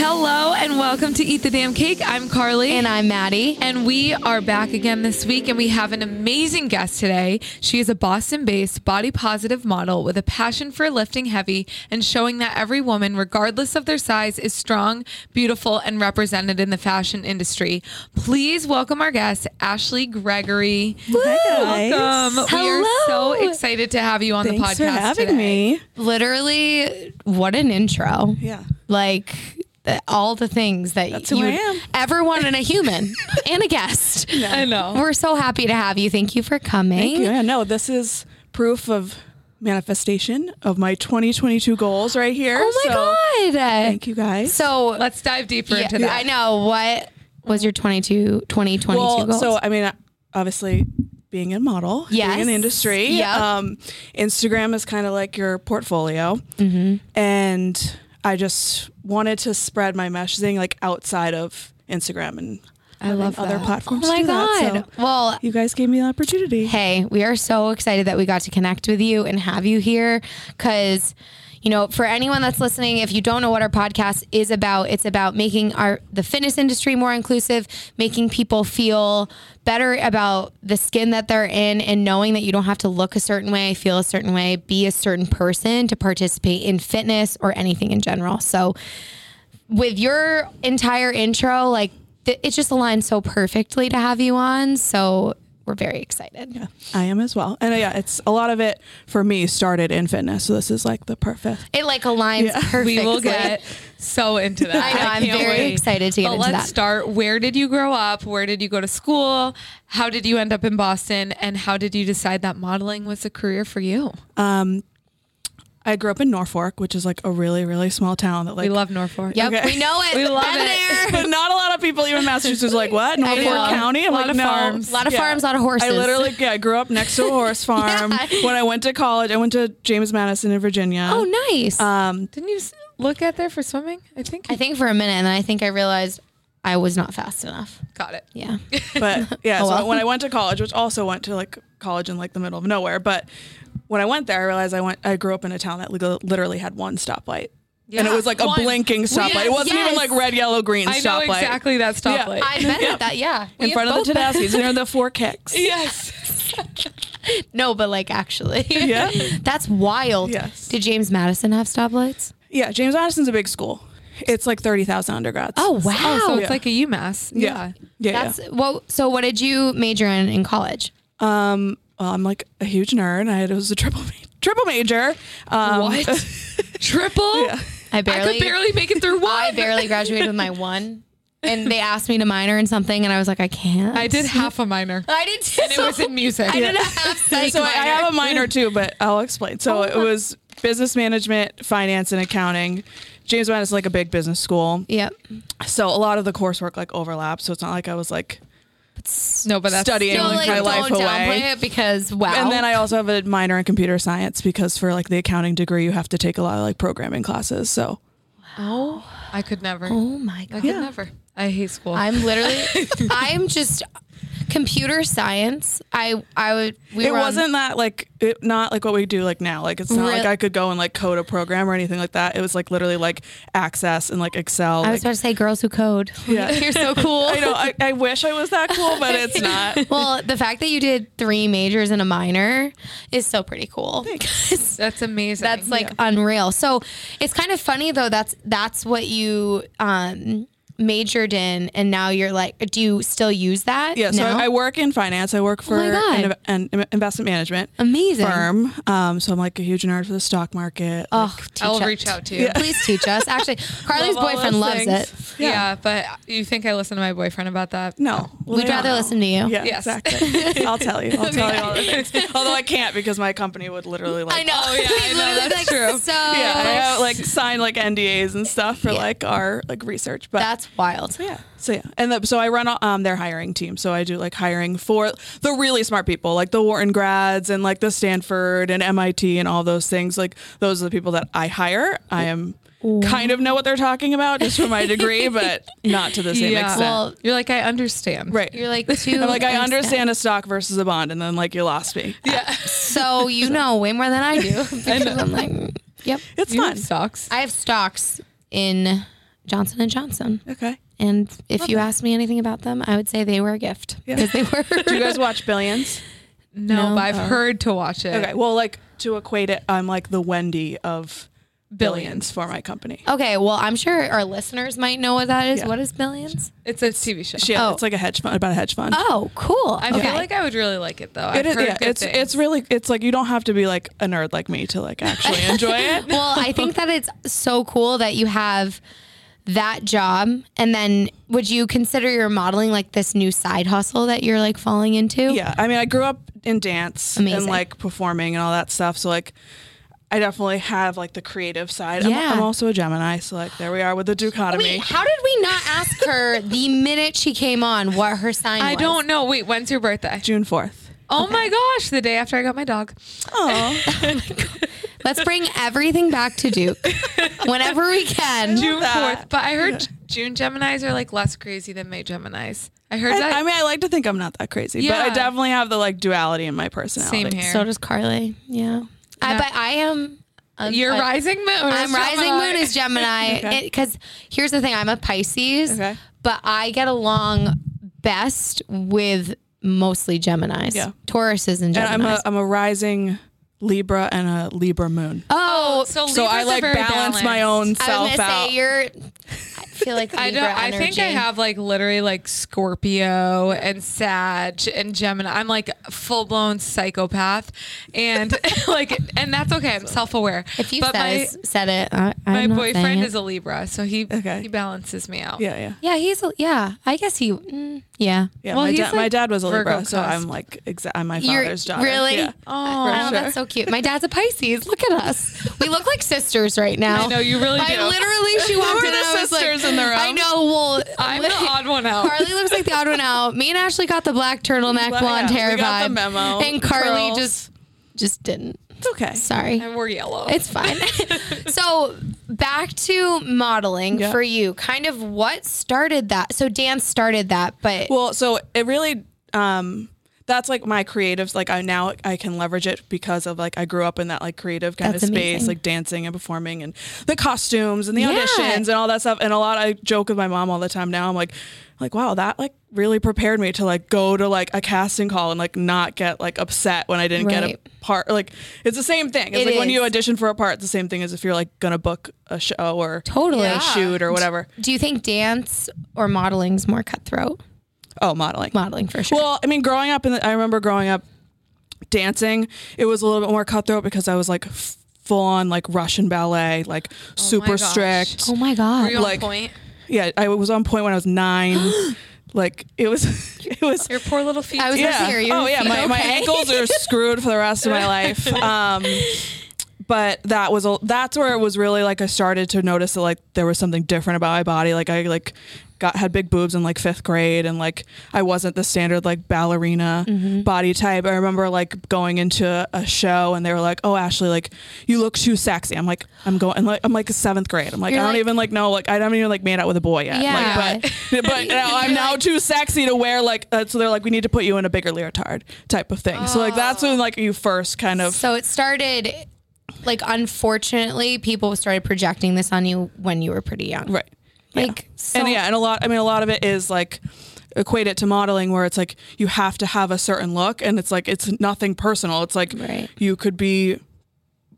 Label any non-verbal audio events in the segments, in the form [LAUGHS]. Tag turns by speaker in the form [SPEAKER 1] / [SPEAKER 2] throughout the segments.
[SPEAKER 1] Hello and welcome to Eat the Damn Cake. I'm Carly.
[SPEAKER 2] And I'm Maddie.
[SPEAKER 1] And we are back again this week, and we have an amazing guest today. She is a Boston based body positive model with a passion for lifting heavy and showing that every woman, regardless of their size, is strong, beautiful, and represented in the fashion industry. Please welcome our guest, Ashley Gregory.
[SPEAKER 3] Hi, guys.
[SPEAKER 1] Welcome. We are so
[SPEAKER 2] Hello.
[SPEAKER 1] excited to have you on the podcast.
[SPEAKER 3] Thanks for having
[SPEAKER 1] today.
[SPEAKER 3] me.
[SPEAKER 2] Literally, what an intro.
[SPEAKER 3] Yeah.
[SPEAKER 2] Like th- all the things that
[SPEAKER 3] That's
[SPEAKER 2] you
[SPEAKER 3] who I
[SPEAKER 2] would
[SPEAKER 3] am.
[SPEAKER 2] ever
[SPEAKER 3] [LAUGHS]
[SPEAKER 2] want in a human and a guest.
[SPEAKER 1] I know.
[SPEAKER 2] We're so happy to have you. Thank you for coming.
[SPEAKER 3] Thank you. Yeah, no, this is proof of manifestation of my 2022 goals right here.
[SPEAKER 2] Oh
[SPEAKER 3] so
[SPEAKER 2] my god.
[SPEAKER 3] Thank you guys.
[SPEAKER 2] So
[SPEAKER 1] Let's dive deeper
[SPEAKER 2] yeah,
[SPEAKER 1] into that.
[SPEAKER 2] I know what was your 22 2022
[SPEAKER 3] well,
[SPEAKER 2] goals?
[SPEAKER 3] so I mean, obviously being a model,
[SPEAKER 2] Yes.
[SPEAKER 3] being in the industry,
[SPEAKER 2] Yep.
[SPEAKER 3] um, Instagram is kind of like your portfolio.
[SPEAKER 2] Mm-hmm.
[SPEAKER 3] And I just wanted to spread my messaging like outside of Instagram and
[SPEAKER 1] I love
[SPEAKER 3] other
[SPEAKER 1] that.
[SPEAKER 3] platforms.
[SPEAKER 2] oh my
[SPEAKER 3] do that, so
[SPEAKER 2] god. well,
[SPEAKER 3] you guys gave me the opportunity.
[SPEAKER 2] Hey, we are so excited that we got to connect with you and have you here because you know, for anyone that's listening, if you don't know what our podcast is about, it's about making our the fitness industry more inclusive, making people feel better about the skin that they're in and knowing that you don't have to look a certain way, feel a certain way, be a certain person to participate in fitness or anything in general. So with your entire intro, like th- it just aligns so perfectly to have you on. So we're very excited.
[SPEAKER 3] Yeah, I am as well. And uh, yeah, it's a lot of it for me started in fitness. So this is like the perfect.
[SPEAKER 2] It like aligns
[SPEAKER 1] [LAUGHS]
[SPEAKER 2] perfectly.
[SPEAKER 1] We will get so into that.
[SPEAKER 2] I know, I'm
[SPEAKER 1] can't
[SPEAKER 2] very excited to get
[SPEAKER 1] but
[SPEAKER 2] into
[SPEAKER 1] let's
[SPEAKER 2] that.
[SPEAKER 1] start. Where did you grow up? Where did you go to school? How did you end up in Boston? And how did you decide that modeling was a career for you?
[SPEAKER 3] I grew up in Norfolk, which is like a really, really small town that like
[SPEAKER 1] We love Norfolk.
[SPEAKER 2] Yep,
[SPEAKER 3] Okay.
[SPEAKER 2] we know it.
[SPEAKER 1] We love
[SPEAKER 2] Been
[SPEAKER 1] it.
[SPEAKER 2] there.
[SPEAKER 3] But not a lot of people, even Massachusetts, are like what Norfolk
[SPEAKER 2] know.
[SPEAKER 3] County. I'm
[SPEAKER 1] Lot
[SPEAKER 3] like,
[SPEAKER 1] of
[SPEAKER 3] no.
[SPEAKER 1] farms.
[SPEAKER 2] Lot of farms, lot of horses.
[SPEAKER 3] I
[SPEAKER 2] [LAUGHS]
[SPEAKER 3] literally yeah, I grew up next to a horse farm.
[SPEAKER 2] Yeah.
[SPEAKER 3] When I went to college, I went to James Madison in Virginia.
[SPEAKER 2] Oh, nice.
[SPEAKER 3] Um,
[SPEAKER 1] Didn't you s- look at there for swimming? I think
[SPEAKER 2] I
[SPEAKER 1] you
[SPEAKER 2] think for a minute, and then I think I realized I was not fast enough.
[SPEAKER 1] got it.
[SPEAKER 2] Yeah.
[SPEAKER 3] but yeah, so
[SPEAKER 2] Oh, well.
[SPEAKER 3] when I went to college, which also went to like college in like the middle of nowhere, but when I went there, I realized I went. I grew up in a town that li- literally had one stoplight, and
[SPEAKER 1] Yeah.
[SPEAKER 3] it was like a
[SPEAKER 1] One.
[SPEAKER 3] blinking stoplight. it wasn't
[SPEAKER 2] yes.
[SPEAKER 3] even like red, yellow, green
[SPEAKER 1] I know
[SPEAKER 3] stoplight.
[SPEAKER 1] exactly that stoplight.
[SPEAKER 2] I met at that. Yeah.
[SPEAKER 3] In front of the Tadassies, you know the four
[SPEAKER 1] [LAUGHS]
[SPEAKER 3] kicks.
[SPEAKER 1] yes.
[SPEAKER 2] No, but like actually.
[SPEAKER 3] Yeah.
[SPEAKER 2] [LAUGHS] That's wild.
[SPEAKER 3] Yes.
[SPEAKER 2] Did James Madison have stoplights?
[SPEAKER 3] Yeah, James Madison's a big school. It's like thirty thousand undergrads.
[SPEAKER 2] Oh, wow.
[SPEAKER 1] Oh, so
[SPEAKER 3] Yeah.
[SPEAKER 1] it's like a UMass.
[SPEAKER 3] yeah, yeah. yeah.
[SPEAKER 2] That's well. So, what did you major in in college?
[SPEAKER 3] Um, well, I'm like a huge nerd. I it was a triple ma- triple major. Um,
[SPEAKER 1] What?
[SPEAKER 3] [LAUGHS]
[SPEAKER 1] Triple?
[SPEAKER 2] I
[SPEAKER 1] I
[SPEAKER 2] barely,
[SPEAKER 1] could barely make it through one. [LAUGHS]
[SPEAKER 2] [LAUGHS] I barely graduated with my one, and they asked me to minor in something, and I was like, I can't.
[SPEAKER 1] I did half a minor.
[SPEAKER 2] [LAUGHS] I did too. [LAUGHS]
[SPEAKER 1] And it was in music.
[SPEAKER 2] I did a half psych
[SPEAKER 3] so I, I
[SPEAKER 2] minor.
[SPEAKER 3] have a minor too, but I'll explain.
[SPEAKER 2] Oh,
[SPEAKER 3] So it was business management, finance, and accounting. James Madison is like a big business school,
[SPEAKER 2] Yep.
[SPEAKER 3] so a lot of the coursework like overlaps. So it's not like I was like
[SPEAKER 1] No, but that's
[SPEAKER 3] Studying.
[SPEAKER 2] Don't
[SPEAKER 3] Gambling
[SPEAKER 2] like
[SPEAKER 3] my life
[SPEAKER 2] don't
[SPEAKER 3] away.
[SPEAKER 2] downplay it because wow.
[SPEAKER 3] And then I also have a minor in computer science because for like the accounting degree, you have to take a lot of like programming classes. So
[SPEAKER 1] Oh, I could never.
[SPEAKER 2] oh my
[SPEAKER 1] I
[SPEAKER 2] god.
[SPEAKER 1] could never. I hate school.
[SPEAKER 2] I'm literally.
[SPEAKER 1] [LAUGHS]
[SPEAKER 3] [LAUGHS]
[SPEAKER 2] I'm just computer science. I I would. We
[SPEAKER 3] it
[SPEAKER 2] were on-
[SPEAKER 3] wasn't that like it, not like what we do like now. Like it's not
[SPEAKER 2] Re-
[SPEAKER 3] like I could go and like code a program or anything like that. It was like literally like Access and like Excel.
[SPEAKER 2] I was
[SPEAKER 3] like,
[SPEAKER 2] about to say girls who code.
[SPEAKER 3] [LAUGHS] Yeah.
[SPEAKER 2] [LAUGHS] You're so cool.
[SPEAKER 3] I know. I, I wish I was that cool, but it's
[SPEAKER 2] [LAUGHS]
[SPEAKER 3] not.
[SPEAKER 2] Well, the fact that you did three majors and a minor is so pretty cool.
[SPEAKER 1] That's amazing.
[SPEAKER 2] [LAUGHS] That's like unreal. So it's kind of funny though. That's that's what you um, majored in, and now you're like, do you still use that?
[SPEAKER 3] Yeah, so
[SPEAKER 2] now?
[SPEAKER 3] I, I work in finance. I work for
[SPEAKER 2] Oh my God.
[SPEAKER 3] an, an investment management
[SPEAKER 2] amazing.
[SPEAKER 3] firm. Um, so I'm like a huge nerd for the stock market.
[SPEAKER 2] Oh,
[SPEAKER 3] Like,
[SPEAKER 2] teach
[SPEAKER 1] I'll
[SPEAKER 2] us.
[SPEAKER 1] reach out to you. Yeah.
[SPEAKER 2] Please teach us. Actually, Carly's
[SPEAKER 3] Love all
[SPEAKER 2] boyfriend
[SPEAKER 3] those
[SPEAKER 2] loves
[SPEAKER 3] things.
[SPEAKER 2] it.
[SPEAKER 1] but you think I listen to my boyfriend about that?
[SPEAKER 3] no, Well,
[SPEAKER 2] We'd
[SPEAKER 3] they
[SPEAKER 2] rather
[SPEAKER 3] don't.
[SPEAKER 2] listen to you.
[SPEAKER 3] Yeah,
[SPEAKER 1] Yes.
[SPEAKER 3] exactly. I'll tell you.
[SPEAKER 2] [LAUGHS]
[SPEAKER 3] I'll tell you all the things. Although I can't because my company would literally like.
[SPEAKER 2] I [LAUGHS] know.
[SPEAKER 1] Oh, yeah, I know,
[SPEAKER 2] Literally,
[SPEAKER 1] that's true.
[SPEAKER 2] So
[SPEAKER 3] Yeah, I have, like sign like NDAs and stuff for
[SPEAKER 2] Yeah.
[SPEAKER 3] like our like research, but
[SPEAKER 2] that's wild.
[SPEAKER 3] Yeah. So yeah, and the, so I run um their hiring team. So I do like hiring for the really smart people, like the Wharton grads and like the Stanford and MIT and all those things. Like those are the people that I hire. I am kind of know what they're talking about just from my degree, but not to the same extent.
[SPEAKER 2] Well,
[SPEAKER 1] You're like, I understand.
[SPEAKER 3] right.
[SPEAKER 2] You're like two.
[SPEAKER 3] I'm [LAUGHS] like I understand a stock versus a bond, and then like you lost me.
[SPEAKER 2] So you know way more than [LAUGHS] I do. Because I'm like, yep.
[SPEAKER 3] It's
[SPEAKER 1] You
[SPEAKER 3] fun.
[SPEAKER 1] have socks.
[SPEAKER 2] I have stocks in Johnson and Johnson.
[SPEAKER 3] Okay.
[SPEAKER 2] And if you asked me anything about them, I would say they were a gift because they were.
[SPEAKER 3] Do you guys watch Billions?
[SPEAKER 1] No,
[SPEAKER 2] No.
[SPEAKER 1] but I've heard to watch it.
[SPEAKER 3] [LAUGHS] Oh. Okay. Well, like to equate it, I'm like the Wendy of Billions for my company.
[SPEAKER 2] okay, well, I'm sure our listeners might know what that is.
[SPEAKER 3] Yeah.
[SPEAKER 2] What is billions?
[SPEAKER 1] It's a TV show.
[SPEAKER 3] She,
[SPEAKER 2] Oh.
[SPEAKER 3] It's like a hedge fund about a hedge fund.
[SPEAKER 2] Oh, cool.
[SPEAKER 1] I feel like I would really like it though. I've
[SPEAKER 3] It is,
[SPEAKER 1] heard
[SPEAKER 3] yeah,
[SPEAKER 1] good
[SPEAKER 3] it's
[SPEAKER 1] things.
[SPEAKER 3] it's really it's like you don't have to be like a nerd like me to
[SPEAKER 1] [LAUGHS]
[SPEAKER 3] like actually enjoy it.
[SPEAKER 2] [LAUGHS] well, I think that it's so cool that you have that job and then would you consider your modeling like this new side hustle that you're like falling into?
[SPEAKER 3] Yeah, I mean, I grew up in dance and
[SPEAKER 2] Amazing.
[SPEAKER 3] like performing and all that stuff. So like, I definitely have like the creative side. I'm-
[SPEAKER 2] Yeah.
[SPEAKER 3] I'm, also a Gemini, so like there we are with the
[SPEAKER 2] Wait,
[SPEAKER 3] dichotomy.
[SPEAKER 2] how did we not ask her the minute she came on what her sign
[SPEAKER 1] I
[SPEAKER 2] was?
[SPEAKER 1] don't know. Wait, when's your birthday? [LAUGHS]
[SPEAKER 3] June fourth.
[SPEAKER 1] Oh my gosh, the day after I got my dog.
[SPEAKER 3] Oh,
[SPEAKER 2] Let's bring everything back to Duke whenever we can.
[SPEAKER 1] June
[SPEAKER 3] that.
[SPEAKER 1] fourth. But I heard June Geminis are like less crazy than May Geminis. I heard that.
[SPEAKER 3] I mean, I like to think I'm not that crazy, but
[SPEAKER 1] Yeah.
[SPEAKER 3] I definitely have the like duality in my personality.
[SPEAKER 1] Same here.
[SPEAKER 2] So does Carly. Yeah. I,
[SPEAKER 1] Yeah.
[SPEAKER 2] but I am. I'm-
[SPEAKER 1] Your
[SPEAKER 2] I-
[SPEAKER 1] rising moon.
[SPEAKER 2] I'm
[SPEAKER 1] is
[SPEAKER 2] rising
[SPEAKER 1] Gemini.
[SPEAKER 2] moon is Gemini.
[SPEAKER 3] Okay.
[SPEAKER 2] Because here's the thing I'm a Pisces,
[SPEAKER 3] Okay.
[SPEAKER 2] but I get along best with mostly Geminis,
[SPEAKER 3] Yeah.
[SPEAKER 2] Tauruses, and Geminis.
[SPEAKER 3] And I'm a I'm a rising Libra and a Libra moon.
[SPEAKER 2] oh,
[SPEAKER 1] so
[SPEAKER 3] so
[SPEAKER 1] Libras
[SPEAKER 3] I
[SPEAKER 1] are
[SPEAKER 3] like
[SPEAKER 1] very
[SPEAKER 3] balance my own
[SPEAKER 2] I was
[SPEAKER 3] self
[SPEAKER 2] going to
[SPEAKER 3] out.
[SPEAKER 2] say, you're. I feel like Libra
[SPEAKER 1] I don't. I think I
[SPEAKER 2] energy.
[SPEAKER 1] have like literally like Scorpio and Sag and Gemini. I'm like full blown psychopath,
[SPEAKER 2] [LAUGHS]
[SPEAKER 1] and [LAUGHS] like, and that's okay. I'm self aware.
[SPEAKER 2] If you
[SPEAKER 1] but
[SPEAKER 2] says, said it, I,
[SPEAKER 1] my,
[SPEAKER 2] I'm
[SPEAKER 1] my
[SPEAKER 2] not saying
[SPEAKER 1] boyfriend
[SPEAKER 2] it.
[SPEAKER 1] is a Libra, so he
[SPEAKER 3] Okay.
[SPEAKER 1] he balances me out.
[SPEAKER 3] yeah, yeah.
[SPEAKER 2] Yeah, he's a, yeah. I guess he. Mm, yeah.
[SPEAKER 3] Yeah,
[SPEAKER 1] Well,
[SPEAKER 3] my,
[SPEAKER 1] he's,
[SPEAKER 3] da- my
[SPEAKER 1] like,
[SPEAKER 3] dad was a
[SPEAKER 1] Virgo
[SPEAKER 3] Libra, so
[SPEAKER 1] cusp.
[SPEAKER 3] I'm like, exa- I'm my
[SPEAKER 2] You're-
[SPEAKER 3] father's daughter.
[SPEAKER 2] really?
[SPEAKER 3] Yeah.
[SPEAKER 1] Oh,
[SPEAKER 2] Oh,
[SPEAKER 3] sure.
[SPEAKER 2] that's so cute. My dad's a Pisces. Look at us. We look like sisters right
[SPEAKER 1] I
[SPEAKER 2] now.
[SPEAKER 1] know you really
[SPEAKER 2] I
[SPEAKER 1] do.
[SPEAKER 2] literally, she walked
[SPEAKER 3] We're
[SPEAKER 2] in
[SPEAKER 3] the
[SPEAKER 2] and I was
[SPEAKER 3] sisters
[SPEAKER 2] like,
[SPEAKER 3] in the room.
[SPEAKER 2] I know. Well,
[SPEAKER 1] I'm the odd one out.
[SPEAKER 2] Carly looks like the odd one out. Me and Ashley got the black turtleneck,
[SPEAKER 3] Yeah,
[SPEAKER 2] blonde
[SPEAKER 3] we
[SPEAKER 2] hair
[SPEAKER 3] got the
[SPEAKER 2] vibe.
[SPEAKER 3] memo.
[SPEAKER 2] And Carly
[SPEAKER 3] Curls.
[SPEAKER 2] just just didn't.
[SPEAKER 3] It's okay.
[SPEAKER 2] Sorry.
[SPEAKER 1] and we're yellow.
[SPEAKER 2] It's fine.
[SPEAKER 3] [LAUGHS]
[SPEAKER 2] so back to modeling
[SPEAKER 3] Yeah.
[SPEAKER 2] for you. Kind of what started that? So dance started that, but
[SPEAKER 3] Well, so it really um that's like my creatives like I now I can leverage it because of like I grew up in that like creative kind
[SPEAKER 2] That's
[SPEAKER 3] of space
[SPEAKER 2] amazing.
[SPEAKER 3] like dancing and performing and the costumes and the
[SPEAKER 2] Yeah.
[SPEAKER 3] auditions and all that stuff and a lot I joke with my mom all the time now I'm like like wow that like really prepared me to like go to like a casting call and like not get like upset when I didn't get
[SPEAKER 2] Right.
[SPEAKER 3] a part like it's the same thing it's
[SPEAKER 2] It
[SPEAKER 3] like when
[SPEAKER 2] is.
[SPEAKER 3] you audition for a part it's the same thing as if you're like gonna book a show or
[SPEAKER 2] totally.
[SPEAKER 1] Yeah.
[SPEAKER 3] a shoot or whatever
[SPEAKER 2] Do you think dance or modeling's more cutthroat?
[SPEAKER 3] oh modeling
[SPEAKER 2] Modeling for sure.
[SPEAKER 3] Well, I mean, growing up, in the, I remember growing up dancing. It was a little bit more cutthroat because I was like f- full on like Russian ballet, like super
[SPEAKER 1] gosh.
[SPEAKER 3] strict.
[SPEAKER 2] oh my god.
[SPEAKER 1] Were you on
[SPEAKER 3] like-
[SPEAKER 1] point?
[SPEAKER 3] Yeah, I was on point when I was
[SPEAKER 2] [GASPS]
[SPEAKER 3] nine. like it was, [LAUGHS] it was.
[SPEAKER 1] Your poor little feet.
[SPEAKER 2] I was
[SPEAKER 3] Yeah.
[SPEAKER 2] gonna hear you.
[SPEAKER 3] Oh yeah, my, my
[SPEAKER 2] Okay.
[SPEAKER 3] ankles are screwed for the rest of my life.
[SPEAKER 2] [LAUGHS]
[SPEAKER 3] Um, but that was a, that's where it was really like I started to notice that like there was something different about my body. Like I like got had big boobs in like fifth grade, and like I wasn't the standard like ballerina
[SPEAKER 2] Mm-hmm.
[SPEAKER 3] body type. I remember like going into a show and they were like, "Oh Ashley, like you look too sexy." I'm like, I'm going, I'm like, I'm like seventh grade. I'm like,
[SPEAKER 2] You're
[SPEAKER 3] I don't
[SPEAKER 2] like-
[SPEAKER 3] even like know like I don't even like made out with a boy yet.
[SPEAKER 2] Yeah.
[SPEAKER 3] Like, but but
[SPEAKER 2] [LAUGHS]
[SPEAKER 3] now I'm now too sexy to wear like uh, so they're like we need to put you in a bigger leotard type of thing. So like that's when like you first kind of
[SPEAKER 2] So it started like unfortunately people started projecting this on you when you were pretty young.
[SPEAKER 3] right.
[SPEAKER 2] Like so
[SPEAKER 3] and yeah, and a lot. I mean, a lot of it is like equate it to modeling, where it's like you have to have a certain look, and it's like it's nothing personal. It's like
[SPEAKER 2] Right.
[SPEAKER 3] you could be.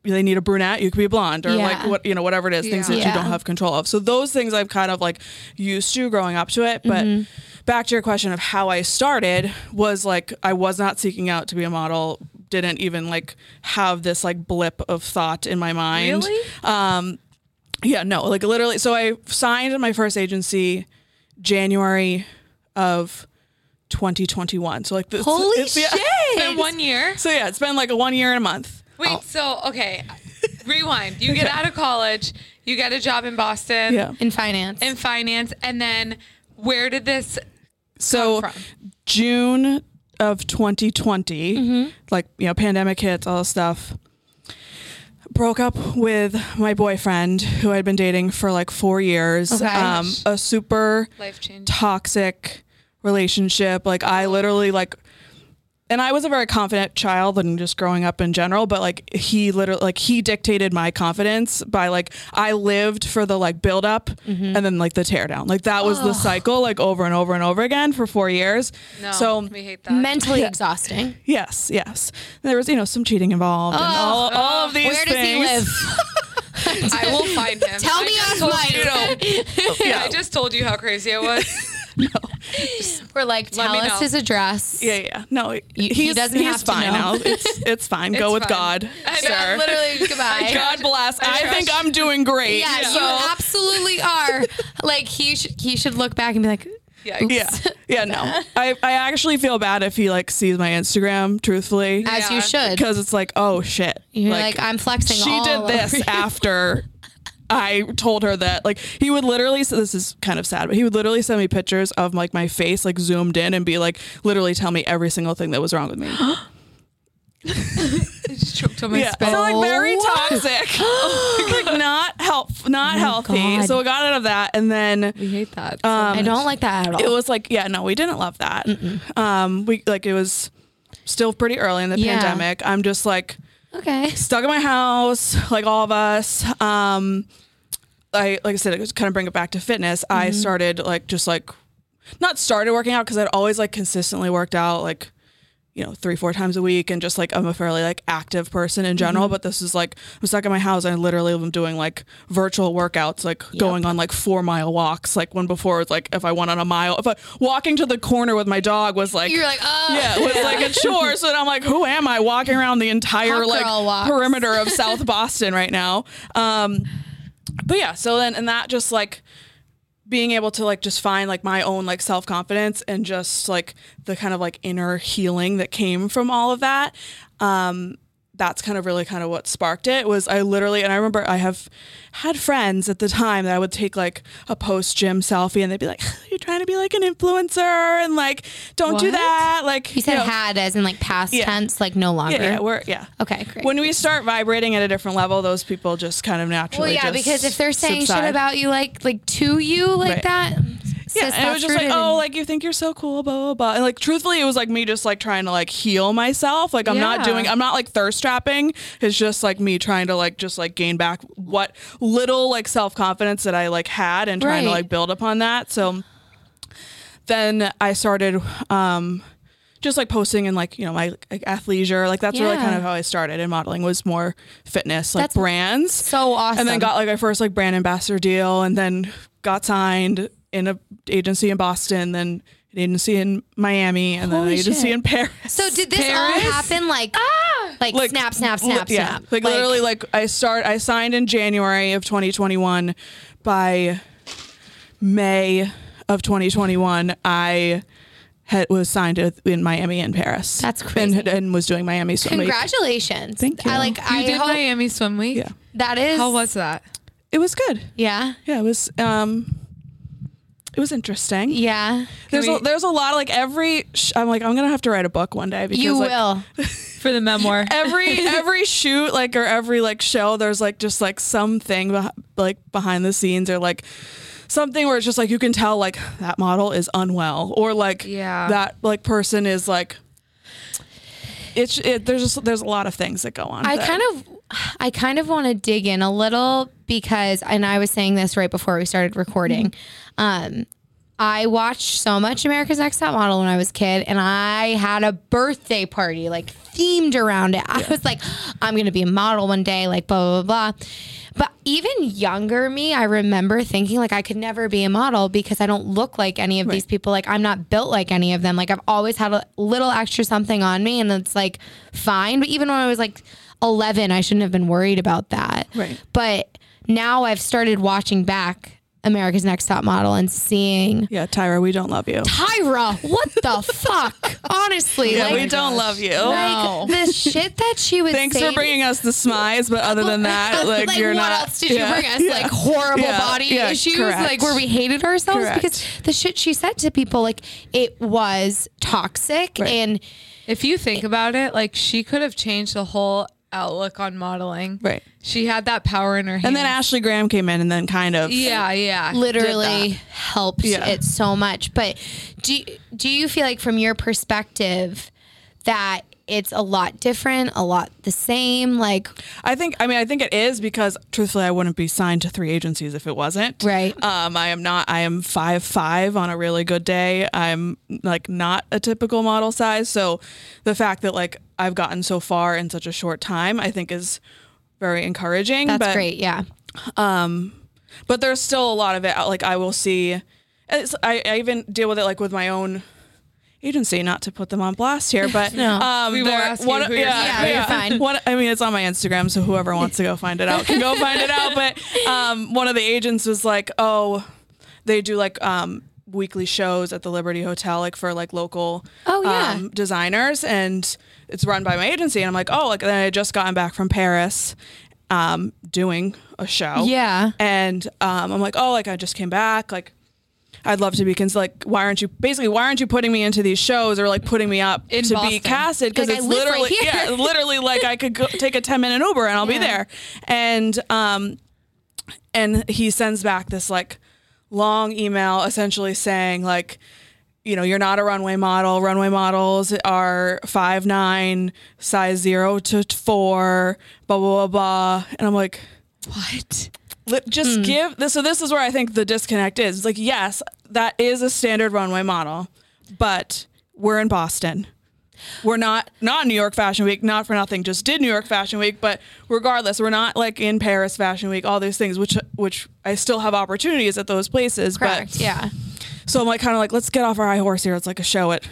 [SPEAKER 3] They need a brunette. You could be blonde, or
[SPEAKER 2] Yeah.
[SPEAKER 3] like what you know, whatever it is, things
[SPEAKER 1] Yeah.
[SPEAKER 3] that you
[SPEAKER 2] Yeah.
[SPEAKER 3] don't have control of. So those things I've kind of like used to growing up to it. But
[SPEAKER 2] Mm-hmm.
[SPEAKER 3] back to your question of how I started was like I was not seeking out to be a model. Didn't even like have this like blip of thought in my mind.
[SPEAKER 1] Really?
[SPEAKER 3] Um, yeah, no, like literally. So I signed my first agency January of 2021. So like this,
[SPEAKER 2] Holy
[SPEAKER 3] it's- yeah.
[SPEAKER 2] shit.
[SPEAKER 1] in one year.
[SPEAKER 3] [LAUGHS] So yeah, it's been like a one year and a month.
[SPEAKER 1] Wait,
[SPEAKER 2] Oh.
[SPEAKER 1] so
[SPEAKER 2] [LAUGHS]
[SPEAKER 1] okay, rewind. You get out of college, you get a job in Boston
[SPEAKER 3] Yeah.
[SPEAKER 2] in finance.
[SPEAKER 1] in finance, and then where did this?
[SPEAKER 3] So
[SPEAKER 1] Come
[SPEAKER 3] June of 2020, like you know, pandemic hits, all this stuff. Broke up with my boyfriend who I'd been dating for like four years.
[SPEAKER 2] Okay.
[SPEAKER 3] Um, a super
[SPEAKER 1] Life change.
[SPEAKER 3] toxic relationship. Like I literally like and I was a very confident child and just growing up in general, but like he literally like he dictated my confidence by like I lived for the like build up
[SPEAKER 2] Mm-hmm.
[SPEAKER 3] and then like the tear down. Like that was the cycle like over and over and over again for 4 years.
[SPEAKER 1] No,
[SPEAKER 3] so
[SPEAKER 1] we hate that.
[SPEAKER 3] [LAUGHS]
[SPEAKER 2] Mentally exhausting.
[SPEAKER 3] yes, yes. There was you know some cheating involved and all, all of these
[SPEAKER 2] Where does he
[SPEAKER 3] things.
[SPEAKER 2] live?
[SPEAKER 1] I will find him.
[SPEAKER 2] Tell
[SPEAKER 1] I
[SPEAKER 2] me
[SPEAKER 1] just
[SPEAKER 2] off
[SPEAKER 1] told
[SPEAKER 2] mic.
[SPEAKER 1] you- [LAUGHS] I just told you how crazy it was.
[SPEAKER 2] We're like,
[SPEAKER 1] Let
[SPEAKER 2] tell
[SPEAKER 1] me
[SPEAKER 2] us
[SPEAKER 1] know.
[SPEAKER 2] his address.
[SPEAKER 3] Yeah, yeah. No,
[SPEAKER 2] he
[SPEAKER 3] he's,
[SPEAKER 2] doesn't
[SPEAKER 3] he's
[SPEAKER 2] have to
[SPEAKER 3] fine
[SPEAKER 2] know.
[SPEAKER 3] now. It's it's
[SPEAKER 2] [LAUGHS]
[SPEAKER 3] fine. Go
[SPEAKER 1] It's
[SPEAKER 3] with
[SPEAKER 1] fine.
[SPEAKER 3] God,
[SPEAKER 1] [LAUGHS] I know,
[SPEAKER 3] sir.
[SPEAKER 2] Literally, goodbye.
[SPEAKER 3] God bless. I, think I'm doing great.
[SPEAKER 2] Yeah,
[SPEAKER 3] so-
[SPEAKER 2] you absolutely are. [LAUGHS] like he should he should look back and be like,
[SPEAKER 1] Yeah.
[SPEAKER 2] "Oops."
[SPEAKER 1] Yeah.
[SPEAKER 2] [LAUGHS]
[SPEAKER 3] yeah, yeah. No, I, I actually feel bad if he like sees my Instagram, truthfully,
[SPEAKER 2] as
[SPEAKER 1] Yeah.
[SPEAKER 2] you should.
[SPEAKER 3] because it's like, oh shit,
[SPEAKER 2] You're like, I'm flexing.
[SPEAKER 3] she
[SPEAKER 2] all
[SPEAKER 3] did this
[SPEAKER 2] [LAUGHS] over you."
[SPEAKER 3] after I told her that like he would literally so this is kind of sad but he would literally send me pictures of like my face like zoomed in and be like literally tell me every single thing that was wrong with
[SPEAKER 2] [GASPS]
[SPEAKER 3] me
[SPEAKER 1] I just choked on my
[SPEAKER 3] yeah
[SPEAKER 1] spit.
[SPEAKER 3] so like very
[SPEAKER 2] Oh. [GASPS]
[SPEAKER 3] toxic like not help not healthy
[SPEAKER 2] God.
[SPEAKER 3] so we got out of that and then
[SPEAKER 1] We hate that.
[SPEAKER 2] I don't like that at all.
[SPEAKER 3] um, it was like yeah no we didn't love that um we like it was still pretty early in the
[SPEAKER 2] Yeah.
[SPEAKER 3] pandemic i'm just like
[SPEAKER 2] okay.
[SPEAKER 3] stuck in my house like all of us um i like i said it was kind of bring it back to fitness i started like just like not started working out because i'd always like consistently worked out like you know three four times a week and just like i'm a fairly like active person in general but this is like i'm stuck in my house and i literally am doing like virtual workouts like going on like four mile walks like when before it was like if i went on a mile if i walking to the corner with my dog was like
[SPEAKER 2] You're like, oh
[SPEAKER 3] [LAUGHS] yeah, it was like a chore. So then I'm like, who am I walking around the entire
[SPEAKER 2] Hot
[SPEAKER 3] like
[SPEAKER 2] girl walks.
[SPEAKER 3] perimeter of South Boston right now? Um, but yeah, so then and that just like being able to like just find like my own like self confidence and just like the kind of like inner healing that came from all of that. Um, that's kind of really kind of what sparked it was I literally and I remember I have had friends at the time that I would take like a post gym selfie and they'd be like you're trying to be like an influencer and like don't do
[SPEAKER 2] What?
[SPEAKER 3] that like
[SPEAKER 2] You said
[SPEAKER 3] know,
[SPEAKER 2] had as in like past
[SPEAKER 3] Yeah.
[SPEAKER 2] tense, like no longer.
[SPEAKER 3] yeah, yeah we're yeah
[SPEAKER 2] okay, great.
[SPEAKER 3] when we start vibrating at a different level those people just kind of
[SPEAKER 2] well,
[SPEAKER 3] naturally
[SPEAKER 2] yeah,
[SPEAKER 3] just
[SPEAKER 2] because if they're saying
[SPEAKER 3] subside.
[SPEAKER 2] shit about you, like like to you, like
[SPEAKER 3] Right.
[SPEAKER 2] that.
[SPEAKER 3] yeah,
[SPEAKER 2] sis,
[SPEAKER 3] and it was
[SPEAKER 2] that's
[SPEAKER 3] just like,
[SPEAKER 2] rooted
[SPEAKER 3] oh,
[SPEAKER 2] in-
[SPEAKER 3] like you think you're so cool, blah blah blah. And like, truthfully, it was like me just like trying to like heal myself. Like, I'm not
[SPEAKER 1] Yeah.
[SPEAKER 3] doing, I'm not like thirst trapping. It's just like me trying to like just like gain back what little like self confidence that I like had and trying to
[SPEAKER 2] Right.
[SPEAKER 3] like build upon that. So then I started, um, just like posting and like you know my like, athleisure. Like that's really
[SPEAKER 2] Yeah.
[SPEAKER 3] kind of how I started in modeling was more fitness like
[SPEAKER 2] That's
[SPEAKER 3] brands.
[SPEAKER 2] so awesome.
[SPEAKER 3] And then got like our first like brand ambassador deal, and then got signed in a agency in Boston, then an agency in Miami, and then
[SPEAKER 2] Holy
[SPEAKER 3] an agency
[SPEAKER 2] shit.
[SPEAKER 3] in Paris.
[SPEAKER 2] so did this all
[SPEAKER 3] Paris? Ah!
[SPEAKER 2] happen like like, snap, snap,
[SPEAKER 3] li-
[SPEAKER 2] snap,
[SPEAKER 3] yeah.
[SPEAKER 2] snap?
[SPEAKER 3] Like, literally, like I start, I signed in January of 2021. By May of 2021, I had was signed with- in Miami and Paris.
[SPEAKER 2] That's
[SPEAKER 3] And-
[SPEAKER 2] crazy.
[SPEAKER 3] And, was doing Miami swim week.
[SPEAKER 2] Congratulations.
[SPEAKER 3] Thank
[SPEAKER 2] I
[SPEAKER 3] you.
[SPEAKER 2] like
[SPEAKER 1] You
[SPEAKER 2] I
[SPEAKER 1] did
[SPEAKER 2] hope
[SPEAKER 1] Miami swim week.
[SPEAKER 3] Yeah.
[SPEAKER 2] that is
[SPEAKER 1] How was that?
[SPEAKER 3] It was good.
[SPEAKER 2] Yeah.
[SPEAKER 3] Yeah, it was. Um, it was interesting.
[SPEAKER 2] Yeah.
[SPEAKER 3] There's
[SPEAKER 1] we-
[SPEAKER 3] a, there's a lot of like every sh- I'm like I'm gonna have to write a book one day because
[SPEAKER 2] You
[SPEAKER 3] like, [LAUGHS]
[SPEAKER 2] will.
[SPEAKER 1] For the memoir.
[SPEAKER 3] every
[SPEAKER 2] [LAUGHS]
[SPEAKER 3] every shoot like or every like show there's like just like something beh- like behind the scenes or like something where it's just like you can tell like that model is unwell or like
[SPEAKER 1] Yeah.
[SPEAKER 3] that like person is like it's it there's just there's a lot of things that go on
[SPEAKER 2] I kind of I kind of want to dig in a little because and I was saying this right before we started recording.
[SPEAKER 3] Mm-hmm.
[SPEAKER 2] Um I watched so much America's Next Top Model when I was a kid and I had a birthday party like themed around it. I was like I'm going to be a model one day like blah blah blah. But even younger me, I remember thinking like I could never be a model because I don't look like any of these people. Like I'm not built like any of them. Like I've always had a little extra something on me and it's like fine, but even when I was like 11 i shouldn't have been worried about that
[SPEAKER 3] Right.
[SPEAKER 2] but now i've started watching back america's next top model and seeing
[SPEAKER 3] yeah Tyra we don't love you
[SPEAKER 2] tyra
[SPEAKER 3] [LAUGHS]
[SPEAKER 2] what the fuck honestly
[SPEAKER 3] yeah
[SPEAKER 2] like,
[SPEAKER 3] we don't love you
[SPEAKER 2] like the shit that she was
[SPEAKER 3] thanks for bringing us the smize but other than
[SPEAKER 2] [LAUGHS]
[SPEAKER 3] that like, you're
[SPEAKER 2] what
[SPEAKER 3] not
[SPEAKER 2] else did you
[SPEAKER 3] yeah,
[SPEAKER 2] bring us?
[SPEAKER 3] yeah.
[SPEAKER 2] Like horrible
[SPEAKER 3] Yeah,
[SPEAKER 2] body
[SPEAKER 3] yeah,
[SPEAKER 2] issues,
[SPEAKER 3] correct.
[SPEAKER 2] like where we hated ourselves
[SPEAKER 3] Correct.
[SPEAKER 2] because the shit she said to people, like it was toxic and
[SPEAKER 1] If you think about it, like she could have changed the whole outlook on modeling.
[SPEAKER 3] Right.
[SPEAKER 1] She had that power in her hand.
[SPEAKER 3] And then Ashley Graham came in and then kind of
[SPEAKER 1] yeah, yeah.
[SPEAKER 2] literally helped
[SPEAKER 3] Yeah.
[SPEAKER 2] it so much. But do do you feel like from your perspective that it's a lot different, a lot the same. Like,
[SPEAKER 3] I think. I mean, I think it is because truthfully, I wouldn't be signed to three agencies if it wasn't.
[SPEAKER 2] Right.
[SPEAKER 3] Um, I am not. I am five five on a really good day. I'm like not a typical model size. So, the fact that like I've gotten so far in such a short time, I think is very encouraging.
[SPEAKER 2] that's
[SPEAKER 3] but,
[SPEAKER 2] great. Yeah.
[SPEAKER 3] But there's still a lot of it. out- Like I will see. It's, I, I even deal with it like with my own. Agency, not to put them on blast
[SPEAKER 1] [LAUGHS]
[SPEAKER 3] here, but um,
[SPEAKER 1] We will
[SPEAKER 3] they're-
[SPEAKER 1] ask you
[SPEAKER 3] one-
[SPEAKER 1] who you're
[SPEAKER 2] Yeah, you're fine.
[SPEAKER 3] One, I mean, it's on my Instagram, so whoever wants to go find it out can go find it out. But um, one of the agents was like, "Oh, they do like um, weekly shows at the Liberty Hotel, like for like local
[SPEAKER 2] Oh, yeah.
[SPEAKER 3] um, designers, and it's run by my agency." And I'm like, "Oh, like then I just gotten back from Paris." Um, doing a show,
[SPEAKER 2] Yeah.
[SPEAKER 3] and um, I'm like, oh, like I just came back, like I'd love to be cons- like, why aren't you basically why aren't you putting me into these shows or like putting me up
[SPEAKER 1] In
[SPEAKER 3] to
[SPEAKER 1] Boston.
[SPEAKER 3] be casted because
[SPEAKER 2] Like, I
[SPEAKER 3] it's
[SPEAKER 2] live right
[SPEAKER 3] literally
[SPEAKER 2] here. [LAUGHS]
[SPEAKER 3] yeah, literally like I could go, take a ten minute Uber and I'll be
[SPEAKER 2] Yeah.
[SPEAKER 3] there, and um, and he sends back this like long email essentially saying like you know, you're not a runway model. Runway models are five nine, size zero to t- four, blah blah blah blah. And I'm like,
[SPEAKER 1] What?
[SPEAKER 3] Li- just
[SPEAKER 2] Hmm.
[SPEAKER 3] give this so this is where i think the disconnect is It's like yes that is a standard runway model but we're in boston we're not not New York Fashion Week, not for nothing. Just did New York Fashion Week, but regardless, we're not like in Paris Fashion Week. All these things, which which I still have opportunities at those places.
[SPEAKER 2] Correct.
[SPEAKER 3] But
[SPEAKER 2] yeah.
[SPEAKER 3] so I'm like kind of like let's get off our high horse here. It's like a show at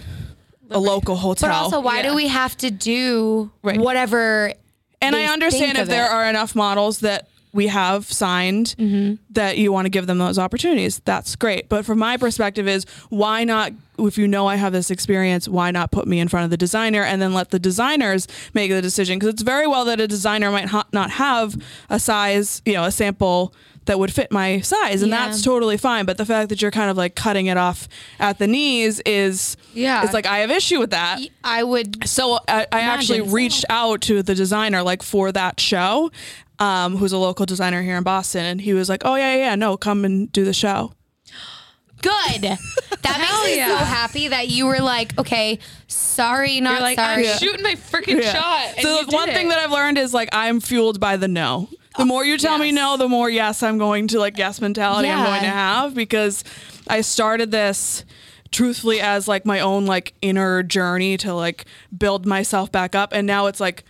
[SPEAKER 3] a local hotel.
[SPEAKER 2] But also, why do
[SPEAKER 1] Yeah.
[SPEAKER 2] we have to do
[SPEAKER 3] Right.
[SPEAKER 2] whatever?
[SPEAKER 3] And
[SPEAKER 2] they
[SPEAKER 3] I understand
[SPEAKER 2] think
[SPEAKER 3] if
[SPEAKER 2] of
[SPEAKER 3] there
[SPEAKER 2] it.
[SPEAKER 3] are enough models that we have signed
[SPEAKER 2] Mm-hmm.
[SPEAKER 3] that you want to give them those opportunities. That's great. But from my perspective is why not if you know I have this experience, why not put me in front of the designer and then let the designers make the decision because it's very well that a designer might ha- not have a size, you know, a sample that would fit my size and
[SPEAKER 2] Yeah.
[SPEAKER 3] that's totally fine, but the fact that you're kind of like cutting it off at the knees is
[SPEAKER 1] Yeah.
[SPEAKER 3] It's like I have issue with that.
[SPEAKER 2] I would.
[SPEAKER 3] So I, I actually
[SPEAKER 2] Imagine.
[SPEAKER 3] reached out to the designer like for that show, um, who's a local designer here in Boston, and he was like, "Oh yeah, yeah, no, come and do the show."
[SPEAKER 2] Good. That makes me so
[SPEAKER 1] yeah.
[SPEAKER 2] happy that you were like, okay, sorry, not
[SPEAKER 1] You're like, I'm
[SPEAKER 2] sorry.
[SPEAKER 1] shooting my freaking shot. and
[SPEAKER 3] So
[SPEAKER 1] you
[SPEAKER 3] the one
[SPEAKER 1] did
[SPEAKER 3] thing
[SPEAKER 1] it.
[SPEAKER 3] that I've learned is like I'm fueled by the no. The more you tell me
[SPEAKER 1] yes.
[SPEAKER 3] no, the more yes I'm going to like yes mentality I'm
[SPEAKER 2] Yeah.
[SPEAKER 3] going to have because I started this truthfully as like my own like inner journey to like build myself back up and now it's like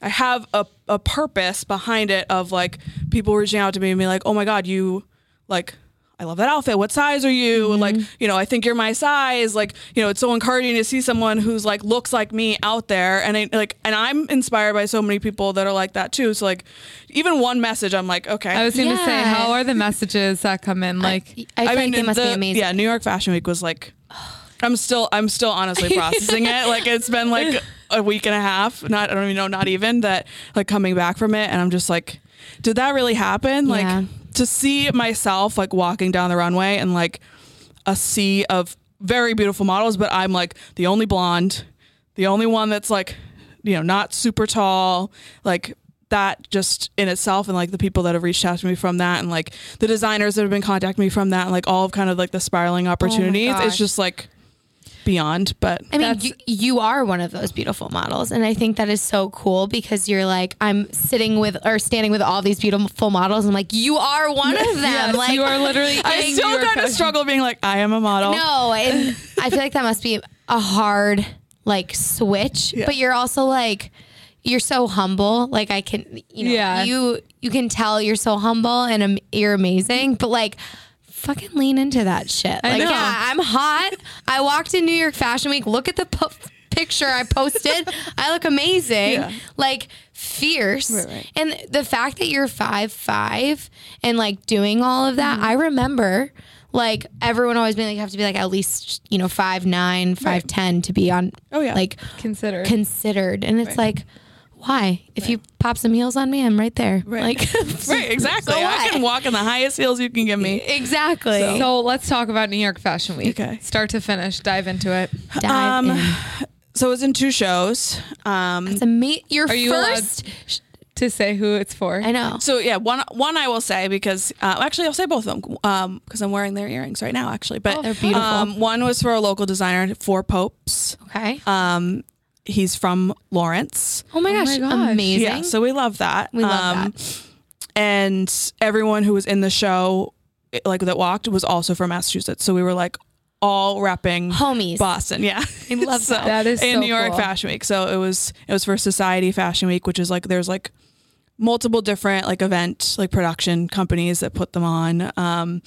[SPEAKER 3] I have a, a purpose behind it of like people reaching out to me and be like, oh my God, you like, I love that outfit. What size are you?
[SPEAKER 1] Mm-hmm.
[SPEAKER 3] Like, you know, I think you're my size. Like, you know, it's so encouraging to see someone who's like looks like me out there. And I like, and I'm inspired by so many people that are like that too. So like, even one message, I'm like, okay.
[SPEAKER 1] I was going to say,
[SPEAKER 2] Yeah.
[SPEAKER 1] how are the messages that come in? Like,
[SPEAKER 2] I feel like they must be
[SPEAKER 3] the-
[SPEAKER 2] amazing.
[SPEAKER 3] Yeah, New York Fashion Week was like, I'm still, I'm still
[SPEAKER 2] [LAUGHS]
[SPEAKER 3] honestly processing it. Like it's been like a week and a half. Not, I don't even know, not even that. Like coming back from it, and I'm just like, did that really happen? Like
[SPEAKER 2] Yeah.
[SPEAKER 3] to see myself like walking down the runway and like a sea of very beautiful models, but I'm like the only blonde, the only one that's like, you know, not super tall, like that just in itself and like the people that have reached out to me from that and like the designers that have been contacting me from that and like all of kind of like the spiraling opportunities
[SPEAKER 1] gosh.
[SPEAKER 3] it's just like beyond but
[SPEAKER 2] I mean,
[SPEAKER 1] That's-
[SPEAKER 2] you, you are one of those beautiful models. And I think that is so cool because you're like, I'm sitting with or standing with all these beautiful models. I'm like, you are one of
[SPEAKER 1] [LAUGHS]
[SPEAKER 2] them.
[SPEAKER 1] yes,
[SPEAKER 2] like,
[SPEAKER 1] you are literally. [LAUGHS]
[SPEAKER 3] I
[SPEAKER 1] in
[SPEAKER 3] still
[SPEAKER 1] your
[SPEAKER 3] kind of
[SPEAKER 1] fashion.
[SPEAKER 3] struggle being like I am a model
[SPEAKER 2] No, and I feel like that must be a hard like switch.
[SPEAKER 3] Yeah.
[SPEAKER 2] But you're also like you're so humble. Like I can, you know,
[SPEAKER 1] Yeah.
[SPEAKER 2] you you can tell you're so humble and am you're amazing. But like. Fucking lean into that shit. like,
[SPEAKER 1] know.
[SPEAKER 2] yeah, I'm hot. I walked in New York Fashion Week. Look at the po- picture I posted. I look amazing.
[SPEAKER 3] Yeah.
[SPEAKER 2] Like fierce.
[SPEAKER 3] right.
[SPEAKER 2] And the fact that you're five five and like doing all of that, I remember like everyone always being like you have to be like at least you know five nine, five ten to be on
[SPEAKER 3] Oh, yeah.
[SPEAKER 2] like
[SPEAKER 1] Consider.
[SPEAKER 2] considered. And it's like, why? If you pop some heels on me, I'm right there. Like [LAUGHS]
[SPEAKER 3] right exactly
[SPEAKER 2] So
[SPEAKER 3] I
[SPEAKER 2] what?
[SPEAKER 3] can walk in the highest heels you can give me
[SPEAKER 2] Exactly.
[SPEAKER 1] so let's talk about New York Fashion Week.
[SPEAKER 3] Okay.
[SPEAKER 1] Start to finish. Dive into
[SPEAKER 3] [GASPS]
[SPEAKER 1] it.
[SPEAKER 2] Dive
[SPEAKER 3] Um,
[SPEAKER 2] in.
[SPEAKER 3] so it was in two shows um
[SPEAKER 2] It's ama- your
[SPEAKER 1] Are you
[SPEAKER 2] first
[SPEAKER 1] To say who it's for.
[SPEAKER 2] I know.
[SPEAKER 3] So yeah, one one I will say because uh, actually I'll say both of them um, because I'm wearing their earrings right
[SPEAKER 2] Oh,
[SPEAKER 3] now actually. But
[SPEAKER 2] They're beautiful.
[SPEAKER 3] Um, one was for a local designer, Four Popes.
[SPEAKER 2] Okay.
[SPEAKER 3] Um, he's from Lawrence.
[SPEAKER 2] Oh my
[SPEAKER 1] my
[SPEAKER 2] gosh,
[SPEAKER 1] gosh.
[SPEAKER 2] amazing.
[SPEAKER 3] Yeah, so we love that.
[SPEAKER 2] We love
[SPEAKER 3] that. And everyone who was in the show, it- like that walked, was also from Massachusetts. So we were like all repping
[SPEAKER 2] Homies.
[SPEAKER 3] Boston. Yeah, I [LAUGHS]
[SPEAKER 2] love that.
[SPEAKER 1] That is
[SPEAKER 3] in
[SPEAKER 1] so
[SPEAKER 3] New York
[SPEAKER 1] cool.
[SPEAKER 3] Fashion Week. So it was it was for Society Fashion Week, which is like there's like multiple different like event like production companies that put them on. Um,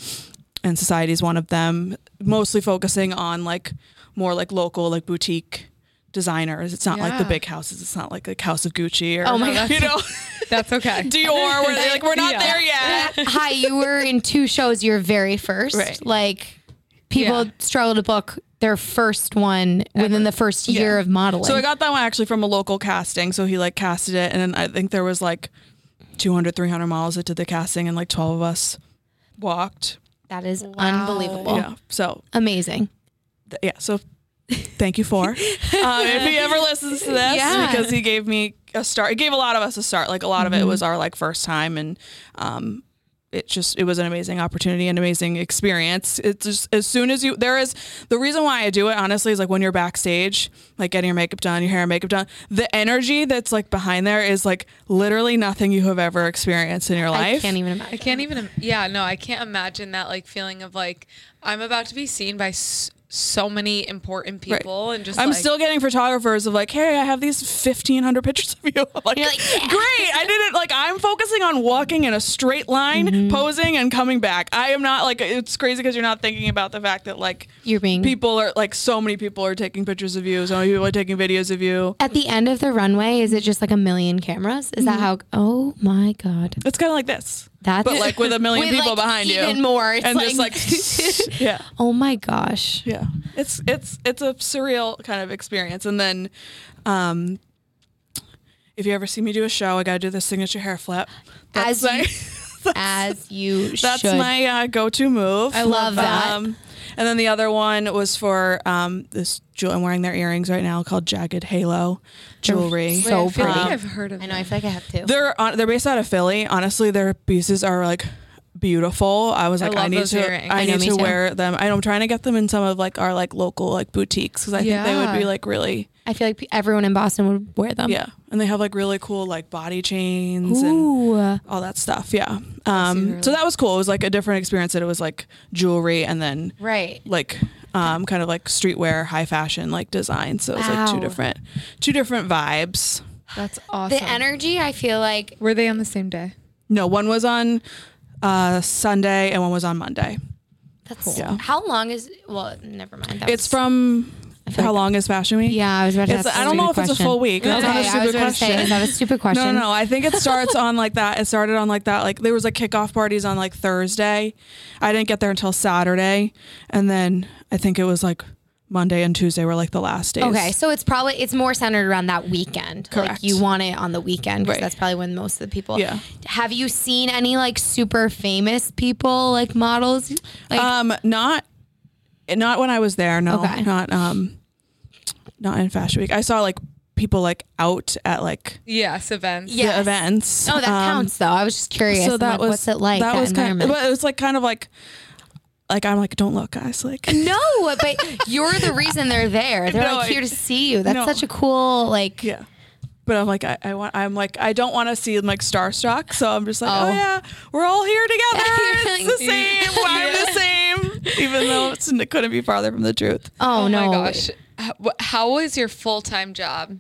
[SPEAKER 3] and Society is one of them, mostly focusing on like more like local like boutique designers. It's not like the
[SPEAKER 1] Yeah.
[SPEAKER 3] big houses. It's not like like House of Gucci or
[SPEAKER 2] Oh
[SPEAKER 3] [LAUGHS]
[SPEAKER 2] my
[SPEAKER 3] you know
[SPEAKER 1] That's okay.
[SPEAKER 3] [LAUGHS] Dior.
[SPEAKER 1] [LAUGHS]
[SPEAKER 3] Where they like we're not
[SPEAKER 1] Yeah.
[SPEAKER 3] there yet.
[SPEAKER 2] [LAUGHS] Hi, you were in two shows your very first.
[SPEAKER 3] Right.
[SPEAKER 2] Like people
[SPEAKER 1] Yeah.
[SPEAKER 2] struggle to book their first one within the first year of modeling.
[SPEAKER 3] So I got that one actually from a local casting. So he like casted it, and then I think there was like 200, 300 models that did the casting, and like twelve of us walked.
[SPEAKER 2] that is unbelievable.
[SPEAKER 3] yeah. So
[SPEAKER 2] Amazing.
[SPEAKER 3] th- yeah. So thank you for um, if he ever listens to this
[SPEAKER 2] Yeah.
[SPEAKER 3] because he gave me a start. He gave a lot of us a start. Like a lot of it was our like first time, and um, it just it was an amazing opportunity and amazing experience. It's just as soon as you there is the reason why I do it honestly is like when you're backstage, like getting your makeup done, your hair and makeup done, the energy that's like behind there is like literally nothing you have ever experienced in your life.
[SPEAKER 2] I can't even
[SPEAKER 1] I
[SPEAKER 2] imagine.
[SPEAKER 1] can't even. im- Yeah, no, I can't imagine that like feeling of like I'm about to be seen by s- so many important
[SPEAKER 3] Right.
[SPEAKER 1] people and just
[SPEAKER 3] I'm
[SPEAKER 1] like,
[SPEAKER 3] still getting photographers of like, hey, I have these 1,500 pictures of you. I'm like,
[SPEAKER 2] You're like, "Yeah."
[SPEAKER 3] [LAUGHS] great. I didn't like. I'm focusing on walking in a straight line,
[SPEAKER 2] Mm-hmm.
[SPEAKER 3] posing, and coming back. I am not like. It's crazy because you're not thinking about the fact that like
[SPEAKER 2] You're being
[SPEAKER 3] people are like so many people are taking pictures of you. So many people are taking videos of you.
[SPEAKER 2] at the end of the runway, is it just like a million cameras? Is that how? Oh my god,
[SPEAKER 3] It's kind of like this,
[SPEAKER 2] that's
[SPEAKER 3] Mm-hmm. but like with a million
[SPEAKER 2] [LAUGHS] With,
[SPEAKER 3] people
[SPEAKER 2] like,
[SPEAKER 3] behind you,
[SPEAKER 2] even more. It's
[SPEAKER 3] and
[SPEAKER 2] like-
[SPEAKER 3] just like [LAUGHS] yeah.
[SPEAKER 2] oh my gosh.
[SPEAKER 3] yeah it's it's it's a surreal kind of experience and then um if you ever see me do a show i gotta do the signature hair flip [LAUGHS]
[SPEAKER 2] As
[SPEAKER 3] that's my
[SPEAKER 2] As you
[SPEAKER 3] [LAUGHS] that's
[SPEAKER 2] should.
[SPEAKER 3] my uh, go-to move
[SPEAKER 2] I love that.
[SPEAKER 3] um, and then the other one was for um this jewel i'm wearing their earrings right now called jagged halo jewelry
[SPEAKER 1] Wait, I
[SPEAKER 2] so
[SPEAKER 1] feel like
[SPEAKER 2] pretty.
[SPEAKER 1] I've heard of.
[SPEAKER 2] I know. I feel like I have to.
[SPEAKER 3] they're on, they're based out of Philly. Honestly, their pieces are like beautiful. I was
[SPEAKER 1] I
[SPEAKER 3] like, I,
[SPEAKER 1] love
[SPEAKER 3] need
[SPEAKER 1] those
[SPEAKER 3] to,
[SPEAKER 1] earrings.
[SPEAKER 3] I,
[SPEAKER 2] I know,
[SPEAKER 3] need
[SPEAKER 2] me
[SPEAKER 3] to
[SPEAKER 2] too.
[SPEAKER 3] wear them. I know I'm trying to get them in some of like our like local like boutiques because I think they would
[SPEAKER 1] Yeah.
[SPEAKER 3] be like really
[SPEAKER 2] I feel like pe- everyone in Boston would wear them.
[SPEAKER 3] yeah. And they have like really cool like body chains and
[SPEAKER 2] Ooh.
[SPEAKER 3] all that stuff. Yeah.
[SPEAKER 1] really-
[SPEAKER 3] Um, so that was cool. It was like a different experience. That it was like jewelry and then
[SPEAKER 2] Right.
[SPEAKER 3] like um, kind of like streetwear, high fashion like design. So it was like
[SPEAKER 2] Wow.
[SPEAKER 3] two different two different vibes.
[SPEAKER 1] That's awesome.
[SPEAKER 2] The energy, I feel like
[SPEAKER 1] Were they on the same day?
[SPEAKER 3] No, one was on uh, Sunday and one was on Monday.
[SPEAKER 2] that's
[SPEAKER 3] Yeah.
[SPEAKER 2] how long is well, never mind. That
[SPEAKER 3] It's
[SPEAKER 2] was-
[SPEAKER 3] from
[SPEAKER 2] feel
[SPEAKER 3] how
[SPEAKER 2] like-
[SPEAKER 3] long is Fashion Week?
[SPEAKER 2] Yeah, I was about to
[SPEAKER 3] It's,
[SPEAKER 2] ask a
[SPEAKER 3] I don't know if
[SPEAKER 2] stupid
[SPEAKER 3] it's a
[SPEAKER 2] question.
[SPEAKER 3] full week. That's
[SPEAKER 2] okay,
[SPEAKER 3] not a
[SPEAKER 2] I was
[SPEAKER 3] stupid
[SPEAKER 2] gonna Say,
[SPEAKER 3] question.
[SPEAKER 2] is that a stupid question?
[SPEAKER 3] [LAUGHS] No, no, no. I think it starts on like that. It started on like that. Like there was like kickoff parties on like Thursday. I didn't get there until Saturday, and then I think it was like Monday and Tuesday were like the last days.
[SPEAKER 2] Okay, so it's probably it's more centered around that weekend. Like
[SPEAKER 3] Correct.
[SPEAKER 2] you want it on the weekend because
[SPEAKER 3] Right.
[SPEAKER 2] that's probably when most of the people.
[SPEAKER 3] Yeah.
[SPEAKER 2] Have you seen any like super famous people like models? Like
[SPEAKER 3] Um, not, not when I was there. No,
[SPEAKER 2] Okay.
[SPEAKER 3] not um, not in Fashion Week. I saw like people like out at like
[SPEAKER 1] Yes, events.
[SPEAKER 2] Yeah. Yes.
[SPEAKER 3] the events.
[SPEAKER 2] oh, that
[SPEAKER 3] Um,
[SPEAKER 2] counts though. I was just curious.
[SPEAKER 3] So that was
[SPEAKER 2] what's it like? That,
[SPEAKER 3] was kind of,
[SPEAKER 2] environment.
[SPEAKER 3] but it was like kind of like, like I'm like, don't look, guys.
[SPEAKER 2] [LAUGHS]
[SPEAKER 3] Like,
[SPEAKER 2] [LAUGHS] no, but you're the reason they're there.
[SPEAKER 3] [LAUGHS]
[SPEAKER 2] They're
[SPEAKER 3] No,
[SPEAKER 2] like
[SPEAKER 3] I-
[SPEAKER 2] here to see you. That's
[SPEAKER 3] No.
[SPEAKER 2] such a cool like.
[SPEAKER 3] yeah. But I'm like, I, I want, I'm like, I don't want to see like starstruck. So I'm just like, oh,
[SPEAKER 2] Oh.
[SPEAKER 3] yeah, we're all
[SPEAKER 2] [LAUGHS]
[SPEAKER 3] here together. It's the [LAUGHS]
[SPEAKER 2] Yeah.
[SPEAKER 3] same. We're the same. Even though it's, it couldn't be farther from the truth.
[SPEAKER 2] Oh,
[SPEAKER 1] Oh,
[SPEAKER 2] no!
[SPEAKER 1] my gosh. How, wh- how is your full time job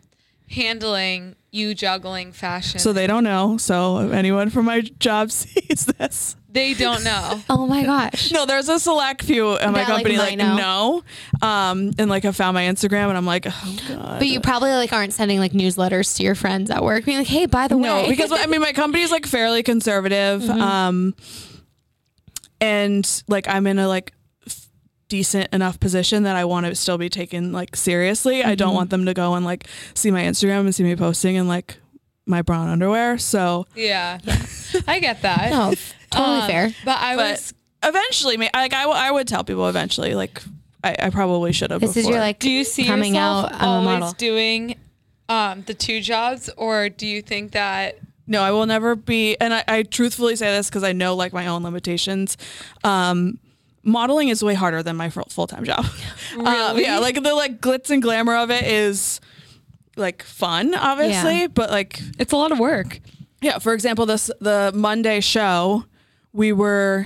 [SPEAKER 1] handling you juggling fashion?
[SPEAKER 3] So they don't know. So if anyone from my job [LAUGHS] sees this,
[SPEAKER 1] they don't
[SPEAKER 2] [LAUGHS]
[SPEAKER 1] know. [LAUGHS]
[SPEAKER 2] Oh my gosh!
[SPEAKER 3] no, there's a select few in my
[SPEAKER 2] That, like,
[SPEAKER 3] company like,
[SPEAKER 2] might know.
[SPEAKER 3] no, um, and like I found my Instagram and I'm like, oh god.
[SPEAKER 2] But you probably like aren't sending like newsletters to your friends at work, being like, "Hey, by the way,
[SPEAKER 3] No,
[SPEAKER 2] [LAUGHS]
[SPEAKER 3] because I mean, my company's like fairly conservative,
[SPEAKER 2] Mm-hmm.
[SPEAKER 3] um, and like I'm in a like f- decent enough position that I want to still be taken like seriously. I
[SPEAKER 2] Mm-hmm.
[SPEAKER 3] don't want them to go and like see my Instagram and see me posting in like my brown underwear. So,
[SPEAKER 1] Yeah. I get that.
[SPEAKER 2] no, totally
[SPEAKER 1] Um,
[SPEAKER 2] fair."
[SPEAKER 1] But I
[SPEAKER 3] but
[SPEAKER 1] was.
[SPEAKER 3] eventually, ma- like I, w- I would tell people eventually, like I, I probably should have.
[SPEAKER 2] This is your
[SPEAKER 3] before.
[SPEAKER 2] like
[SPEAKER 1] Do you see
[SPEAKER 2] coming
[SPEAKER 1] yourself
[SPEAKER 2] out. I'm a
[SPEAKER 1] always
[SPEAKER 2] model.
[SPEAKER 1] doing um, the two jobs, or do you think that?
[SPEAKER 3] No, I will never be. And I, I truthfully say this because I know like my own limitations. Um, modeling is way harder
[SPEAKER 2] [LAUGHS]
[SPEAKER 3] than my full time job. [LAUGHS] Um,
[SPEAKER 1] Really?
[SPEAKER 3] yeah, like the like glitz and glamour of it is like fun, obviously,
[SPEAKER 2] Yeah.
[SPEAKER 3] but like
[SPEAKER 1] It's a lot of work.
[SPEAKER 3] yeah, for example, this the Monday show, we were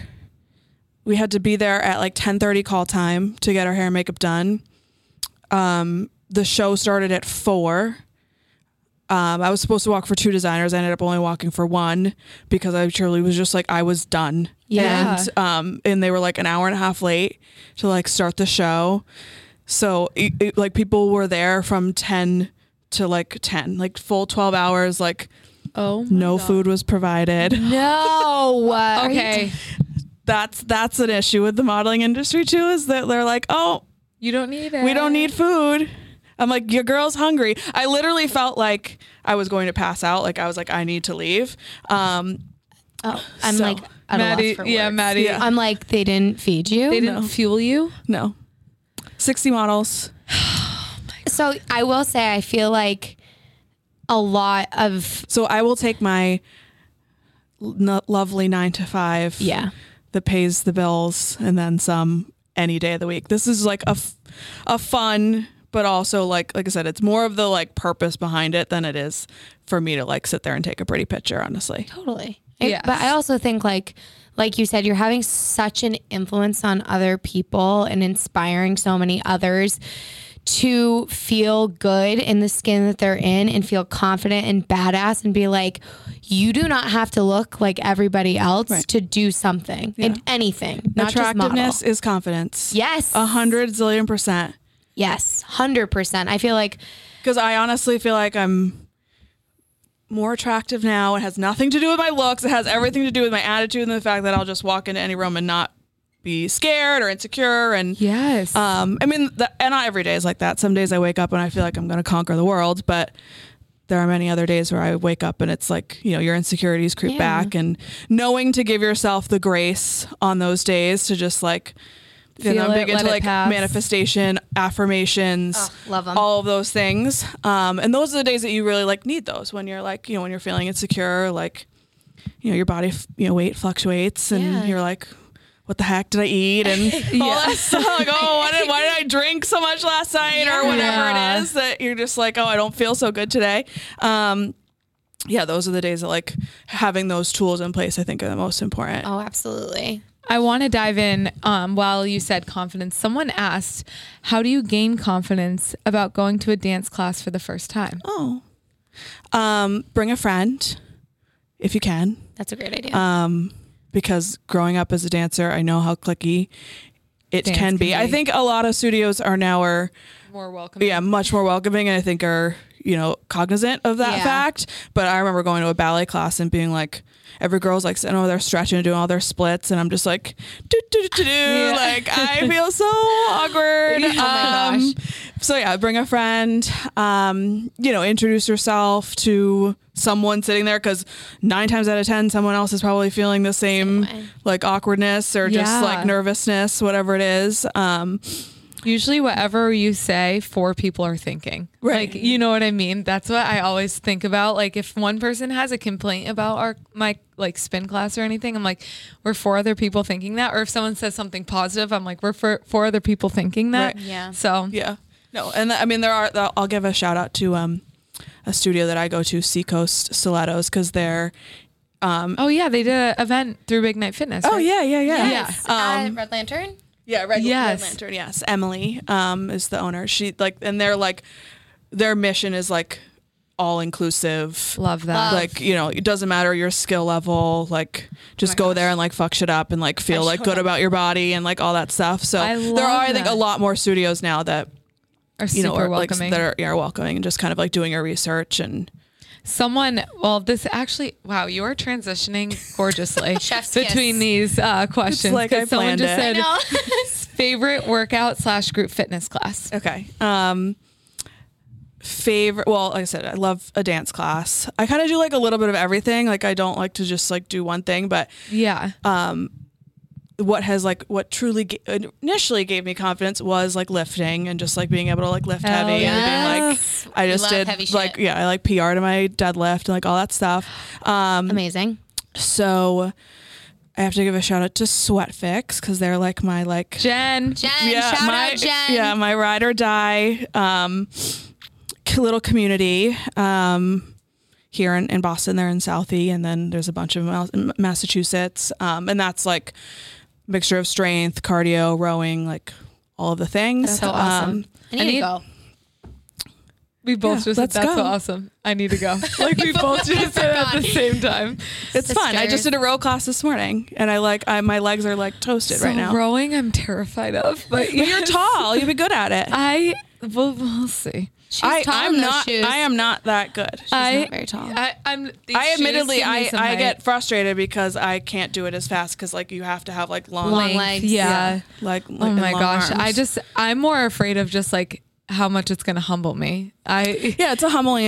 [SPEAKER 3] we had to be there at like 10:30 call time to get our hair and makeup done. Um the show started at 4. Um I was supposed to walk for two designers. I ended up only walking for one because I truly was just like I was done.
[SPEAKER 2] Yeah.
[SPEAKER 3] And um and they were like an hour and a half late to like start the show. So it, it- like people were there from 10 to like 10, like full 12 hours like
[SPEAKER 1] [LAUGHS] Oh.
[SPEAKER 3] no food was provided.
[SPEAKER 2] No. Are you-
[SPEAKER 1] Okay.
[SPEAKER 3] [LAUGHS] That's that's an issue with the modeling industry too, is that they're like, Oh,
[SPEAKER 1] You don't need it.
[SPEAKER 3] we don't need food. I'm like, your girl's hungry. I literally felt like I was going to pass out. Like I was like, I need to leave. Um
[SPEAKER 2] Oh, I'm
[SPEAKER 3] So,
[SPEAKER 2] like at a
[SPEAKER 1] Maddie.
[SPEAKER 2] loss for
[SPEAKER 1] Yeah,
[SPEAKER 2] words.
[SPEAKER 1] Maddie.
[SPEAKER 3] Yeah.
[SPEAKER 2] I'm like they didn't feed you.
[SPEAKER 1] They didn't fuel you.
[SPEAKER 3] no. Sixty models.
[SPEAKER 2] so I will say I feel like a lot of
[SPEAKER 3] So I will take my l- no- lovely nine to five
[SPEAKER 2] yeah.
[SPEAKER 3] that pays the bills and then some any day of the week. This is like a, f- a fun, but also like, like I said, it's more of the like purpose behind it than it is for me to like sit there and take a pretty picture, honestly.
[SPEAKER 2] Totally.
[SPEAKER 1] Yes.
[SPEAKER 2] I, but I also think like like you said, you're having such an influence on other people and inspiring so many others to feel good in the skin that they're in and feel confident and badass and be like, you do not have to look like everybody else
[SPEAKER 3] Right.
[SPEAKER 2] to do something and anything, not just model.
[SPEAKER 3] Attractiveness is confidence.
[SPEAKER 2] Yes.
[SPEAKER 3] A hundred zillion percent.
[SPEAKER 2] Yes. Hundred percent. I feel like
[SPEAKER 3] Because I honestly feel like I'm more attractive now. It has nothing to do with my looks. It has everything to do with my attitude and the fact that I'll just walk into any room and not be scared or insecure and
[SPEAKER 1] Yes.
[SPEAKER 3] Um, I mean, the, and not every day is like that. Some days I wake up and I feel like I'm going to conquer the world, but there are many other days where I wake up and it's like, you know, your insecurities creep
[SPEAKER 2] Yeah.
[SPEAKER 3] back and knowing to give yourself the grace on those days to just like, you
[SPEAKER 1] Feel
[SPEAKER 3] know, I'm
[SPEAKER 1] it,
[SPEAKER 3] big into
[SPEAKER 1] let it
[SPEAKER 3] like
[SPEAKER 1] pass.
[SPEAKER 3] manifestation, affirmations,
[SPEAKER 2] Oh, love 'em.
[SPEAKER 3] all of those things. Um, and those are the days that you really like need those when you're like, you know, when you're feeling insecure, like, you know, your body, f- you know, weight fluctuates and
[SPEAKER 2] Yeah.
[SPEAKER 3] you're like, what the heck did I eat?
[SPEAKER 1] [LAUGHS]
[SPEAKER 3] And all that stuff. Like, oh, why did, why did I drink so much last night
[SPEAKER 1] Yeah.
[SPEAKER 3] or whatever it is that you're just like, oh, I don't feel so good today. Um, yeah, those are the days that like having those tools in place, I think are the most important.
[SPEAKER 2] Oh, absolutely.
[SPEAKER 1] I want to dive in um, while you said confidence. Someone asked, How do you gain confidence about going to a dance class for the first time?
[SPEAKER 3] Oh. Um, bring a friend if you can.
[SPEAKER 2] That's a great idea.
[SPEAKER 3] um, because growing up as a dancer, I know how clicky it
[SPEAKER 1] Dance
[SPEAKER 3] can
[SPEAKER 1] can
[SPEAKER 3] be. I
[SPEAKER 1] be.
[SPEAKER 3] think a lot of studios are now are
[SPEAKER 1] More welcome.
[SPEAKER 3] yeah much more welcoming, and I think are you know cognizant of that
[SPEAKER 2] Yeah.
[SPEAKER 3] fact. But I remember going to a ballet class and being like. Every girl's like sitting over there stretching and doing all their splits, and I'm just like, do do do do,
[SPEAKER 2] [LAUGHS]
[SPEAKER 3] do. like I feel so awkward.
[SPEAKER 2] Oh my
[SPEAKER 3] Um,
[SPEAKER 2] gosh.
[SPEAKER 3] so yeah, bring a friend. Um, you know, introduce yourself to someone sitting there because nine times out of ten, someone else is probably feeling the same,
[SPEAKER 2] way.
[SPEAKER 3] like awkwardness or
[SPEAKER 1] Yeah.
[SPEAKER 3] just like nervousness, whatever it is. Um,
[SPEAKER 1] Usually, whatever you say, four people are thinking.
[SPEAKER 3] Right.
[SPEAKER 1] Like, you know what I mean? That's what I always think about. Like, if one person has a complaint about our my like spin class or anything, I'm like, we're four other people thinking that. Or if someone says something positive, I'm like, we're four, four other people thinking that.
[SPEAKER 2] Right. Yeah.
[SPEAKER 1] So
[SPEAKER 3] yeah, no, and I mean there are. I'll give a shout out to um, a studio that I go to, Seacoast Stilettos, because they're. Um,
[SPEAKER 1] Oh yeah, they did an event through Big Night Fitness.
[SPEAKER 3] oh
[SPEAKER 1] right?
[SPEAKER 3] yeah, yeah, yeah,
[SPEAKER 2] Yes.
[SPEAKER 3] Um,
[SPEAKER 2] Uh, Red Lantern.
[SPEAKER 3] Yeah, Red,
[SPEAKER 1] Yes.
[SPEAKER 3] Red Lantern. Yes, Emily um, is the owner. She like, and they're like, their mission is like all inclusive.
[SPEAKER 1] love that.
[SPEAKER 3] Like you know, it doesn't matter your skill level. Like just go there and like Oh fuck shit up and like feel like good about your body and like all that stuff. So
[SPEAKER 1] I
[SPEAKER 3] there
[SPEAKER 1] love
[SPEAKER 3] are, I think,
[SPEAKER 1] that.
[SPEAKER 3] a lot more studios now that
[SPEAKER 1] Are
[SPEAKER 3] you
[SPEAKER 1] super
[SPEAKER 3] know are like
[SPEAKER 1] welcoming.
[SPEAKER 3] that are, yeah, are welcoming and just kind of like doing your research and
[SPEAKER 1] Someone, well, this actually, wow, you are transitioning
[SPEAKER 3] [LAUGHS]
[SPEAKER 1] gorgeously
[SPEAKER 2] Chef's kiss.
[SPEAKER 1] between these uh, questions.
[SPEAKER 3] like I
[SPEAKER 1] 'cause someone
[SPEAKER 3] planned
[SPEAKER 1] just said
[SPEAKER 3] it.
[SPEAKER 2] No.
[SPEAKER 1] favorite workout slash group fitness class.
[SPEAKER 3] Okay. Um favorite well, like I said, I love a dance class. I kind of do like a little bit of everything. Like I don't like to just like do one thing, but
[SPEAKER 1] Yeah,
[SPEAKER 3] Uh, what has like what truly ga- initially gave me confidence was like lifting and just like being able to like lift
[SPEAKER 1] Hell
[SPEAKER 3] heavy and
[SPEAKER 1] yes.
[SPEAKER 3] being like I
[SPEAKER 2] We
[SPEAKER 3] just
[SPEAKER 2] love
[SPEAKER 3] did
[SPEAKER 2] heavy shit.
[SPEAKER 3] like yeah, I like PR to my deadlift and like all that stuff. Um
[SPEAKER 2] [LAUGHS] Amazing.
[SPEAKER 3] so I have to give a shout out to Sweatfix cuz they're like my like
[SPEAKER 1] Jen.
[SPEAKER 2] Jen, shout
[SPEAKER 3] my,
[SPEAKER 2] out Jen.
[SPEAKER 3] Yeah, my ride or die. Um, c- little community um, here in, in Boston. They're in Southie, and then there's a bunch of Mal- in Massachusetts, um, and that's like mixture of strength, cardio, rowing, like all of the things.
[SPEAKER 2] That's so awesome.
[SPEAKER 3] Um,
[SPEAKER 2] I need,
[SPEAKER 1] I need-
[SPEAKER 2] to go.
[SPEAKER 1] We both
[SPEAKER 3] Yeah,
[SPEAKER 1] just said
[SPEAKER 3] let's
[SPEAKER 1] that's so
[SPEAKER 3] go. Oh
[SPEAKER 1] awesome. I need to go.
[SPEAKER 3] [LAUGHS]
[SPEAKER 1] Like we
[SPEAKER 2] [LAUGHS]
[SPEAKER 1] both [LAUGHS] just said at the same time.
[SPEAKER 3] it's fun. I just
[SPEAKER 2] Sisters.
[SPEAKER 3] did a row class this morning, and I like I, my legs are like toasted right now.
[SPEAKER 1] rowing, I'm terrified of. But
[SPEAKER 3] but
[SPEAKER 2] [LAUGHS]
[SPEAKER 3] you're
[SPEAKER 1] yes.
[SPEAKER 3] tall. You'd be good at it.
[SPEAKER 1] I we'll, we'll see.
[SPEAKER 2] She's
[SPEAKER 3] I,
[SPEAKER 2] tall in
[SPEAKER 3] I'm
[SPEAKER 2] those
[SPEAKER 3] not.
[SPEAKER 2] shoes.
[SPEAKER 3] I am not that good.
[SPEAKER 1] I,
[SPEAKER 2] not very tall.
[SPEAKER 1] I, I'm. these
[SPEAKER 3] I
[SPEAKER 1] shoes
[SPEAKER 3] admittedly,
[SPEAKER 1] give me
[SPEAKER 3] I,
[SPEAKER 1] some
[SPEAKER 3] I
[SPEAKER 1] height.
[SPEAKER 3] get frustrated because I can't do it as fast because like you have to have like long,
[SPEAKER 2] Long
[SPEAKER 1] length.
[SPEAKER 2] legs.
[SPEAKER 1] Yeah.
[SPEAKER 2] Yeah.
[SPEAKER 3] like
[SPEAKER 1] Oh
[SPEAKER 3] like,
[SPEAKER 1] my
[SPEAKER 3] long
[SPEAKER 1] gosh.
[SPEAKER 3] arms.
[SPEAKER 1] I just I'm more afraid of just like how much it's gonna humble me. I
[SPEAKER 3] yeah, it's a humbling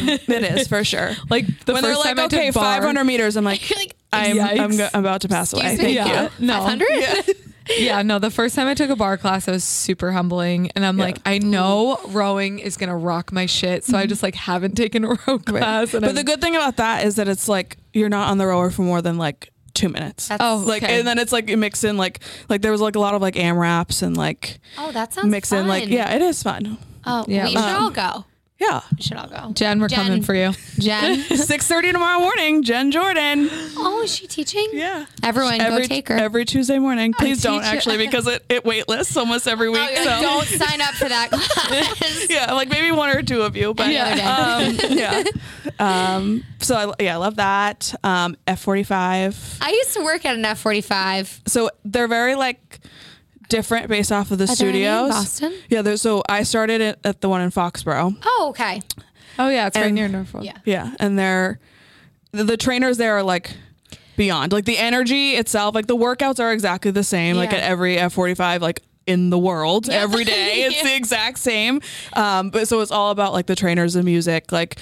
[SPEAKER 1] [LAUGHS] Yes.
[SPEAKER 3] it is for sure.
[SPEAKER 1] like the
[SPEAKER 3] when they're
[SPEAKER 1] first
[SPEAKER 3] like,
[SPEAKER 1] time I did
[SPEAKER 3] okay,
[SPEAKER 1] bar-
[SPEAKER 3] 500 meters, I'm
[SPEAKER 1] [LAUGHS]
[SPEAKER 3] like,
[SPEAKER 2] You're like,
[SPEAKER 3] I'm I'm,
[SPEAKER 1] Yikes.
[SPEAKER 3] go- I'm about to pass away.
[SPEAKER 2] Excuse me?
[SPEAKER 3] Thank
[SPEAKER 1] yeah.
[SPEAKER 3] you.
[SPEAKER 1] No.
[SPEAKER 2] 500?
[SPEAKER 3] [LAUGHS]
[SPEAKER 1] Yeah, no, the first time I took a bar class, I was super humbling. And I'm like, I know rowing is going to rock my shit. So I just like haven't taken a row class. And
[SPEAKER 3] Mm-hmm. But
[SPEAKER 1] I'm-
[SPEAKER 3] the good thing about that is that it's like you're not on the rower for more than like two minutes.
[SPEAKER 2] That's- Oh,
[SPEAKER 3] like
[SPEAKER 1] okay.
[SPEAKER 3] and then it's like it mix in like like there was like a lot of like am wraps and like
[SPEAKER 2] Oh, that sounds
[SPEAKER 3] mix in like
[SPEAKER 2] fun.
[SPEAKER 3] yeah, it is fun.
[SPEAKER 2] Oh,
[SPEAKER 1] Yeah.
[SPEAKER 2] we should all go.
[SPEAKER 1] [LAUGHS]
[SPEAKER 3] Yeah.
[SPEAKER 2] We should all go.
[SPEAKER 1] Jen, we're coming for you.
[SPEAKER 2] Jen.
[SPEAKER 3] Six thirty tomorrow morning, Jen Jordan.
[SPEAKER 2] [LAUGHS] oh, is she teaching?
[SPEAKER 3] Yeah.
[SPEAKER 2] Everyone,
[SPEAKER 3] every,
[SPEAKER 2] go take her.
[SPEAKER 3] every Tuesday morning. Please don't
[SPEAKER 1] teach-
[SPEAKER 3] actually because it, it wait lists almost every week.
[SPEAKER 2] Oh, you're
[SPEAKER 3] so [LAUGHS]
[SPEAKER 2] like, don't sign up for that class.
[SPEAKER 3] yeah, like maybe one or two of you, but
[SPEAKER 2] Any other day. [LAUGHS]
[SPEAKER 3] yeah. Um, yeah. Um, so I, yeah, I love that. Um, F forty five.
[SPEAKER 2] I used to work at an F45.
[SPEAKER 3] So they're very like different based off of the
[SPEAKER 2] there any in
[SPEAKER 3] studios.
[SPEAKER 2] Boston?
[SPEAKER 3] Yeah. There's, so I started at, at the one in Foxborough.
[SPEAKER 2] Oh, okay.
[SPEAKER 1] Oh, yeah. It's right
[SPEAKER 3] And-
[SPEAKER 1] near Norfolk.
[SPEAKER 2] Yeah.
[SPEAKER 3] Yeah, and they're the, the trainers there are like beyond like the energy itself. Like the workouts are exactly the same. Like
[SPEAKER 2] Yeah.
[SPEAKER 3] at every F forty five, like in the world every
[SPEAKER 2] [LAUGHS]
[SPEAKER 3] day, it's the exact same. Um, but so it's all about like the trainers and music, like.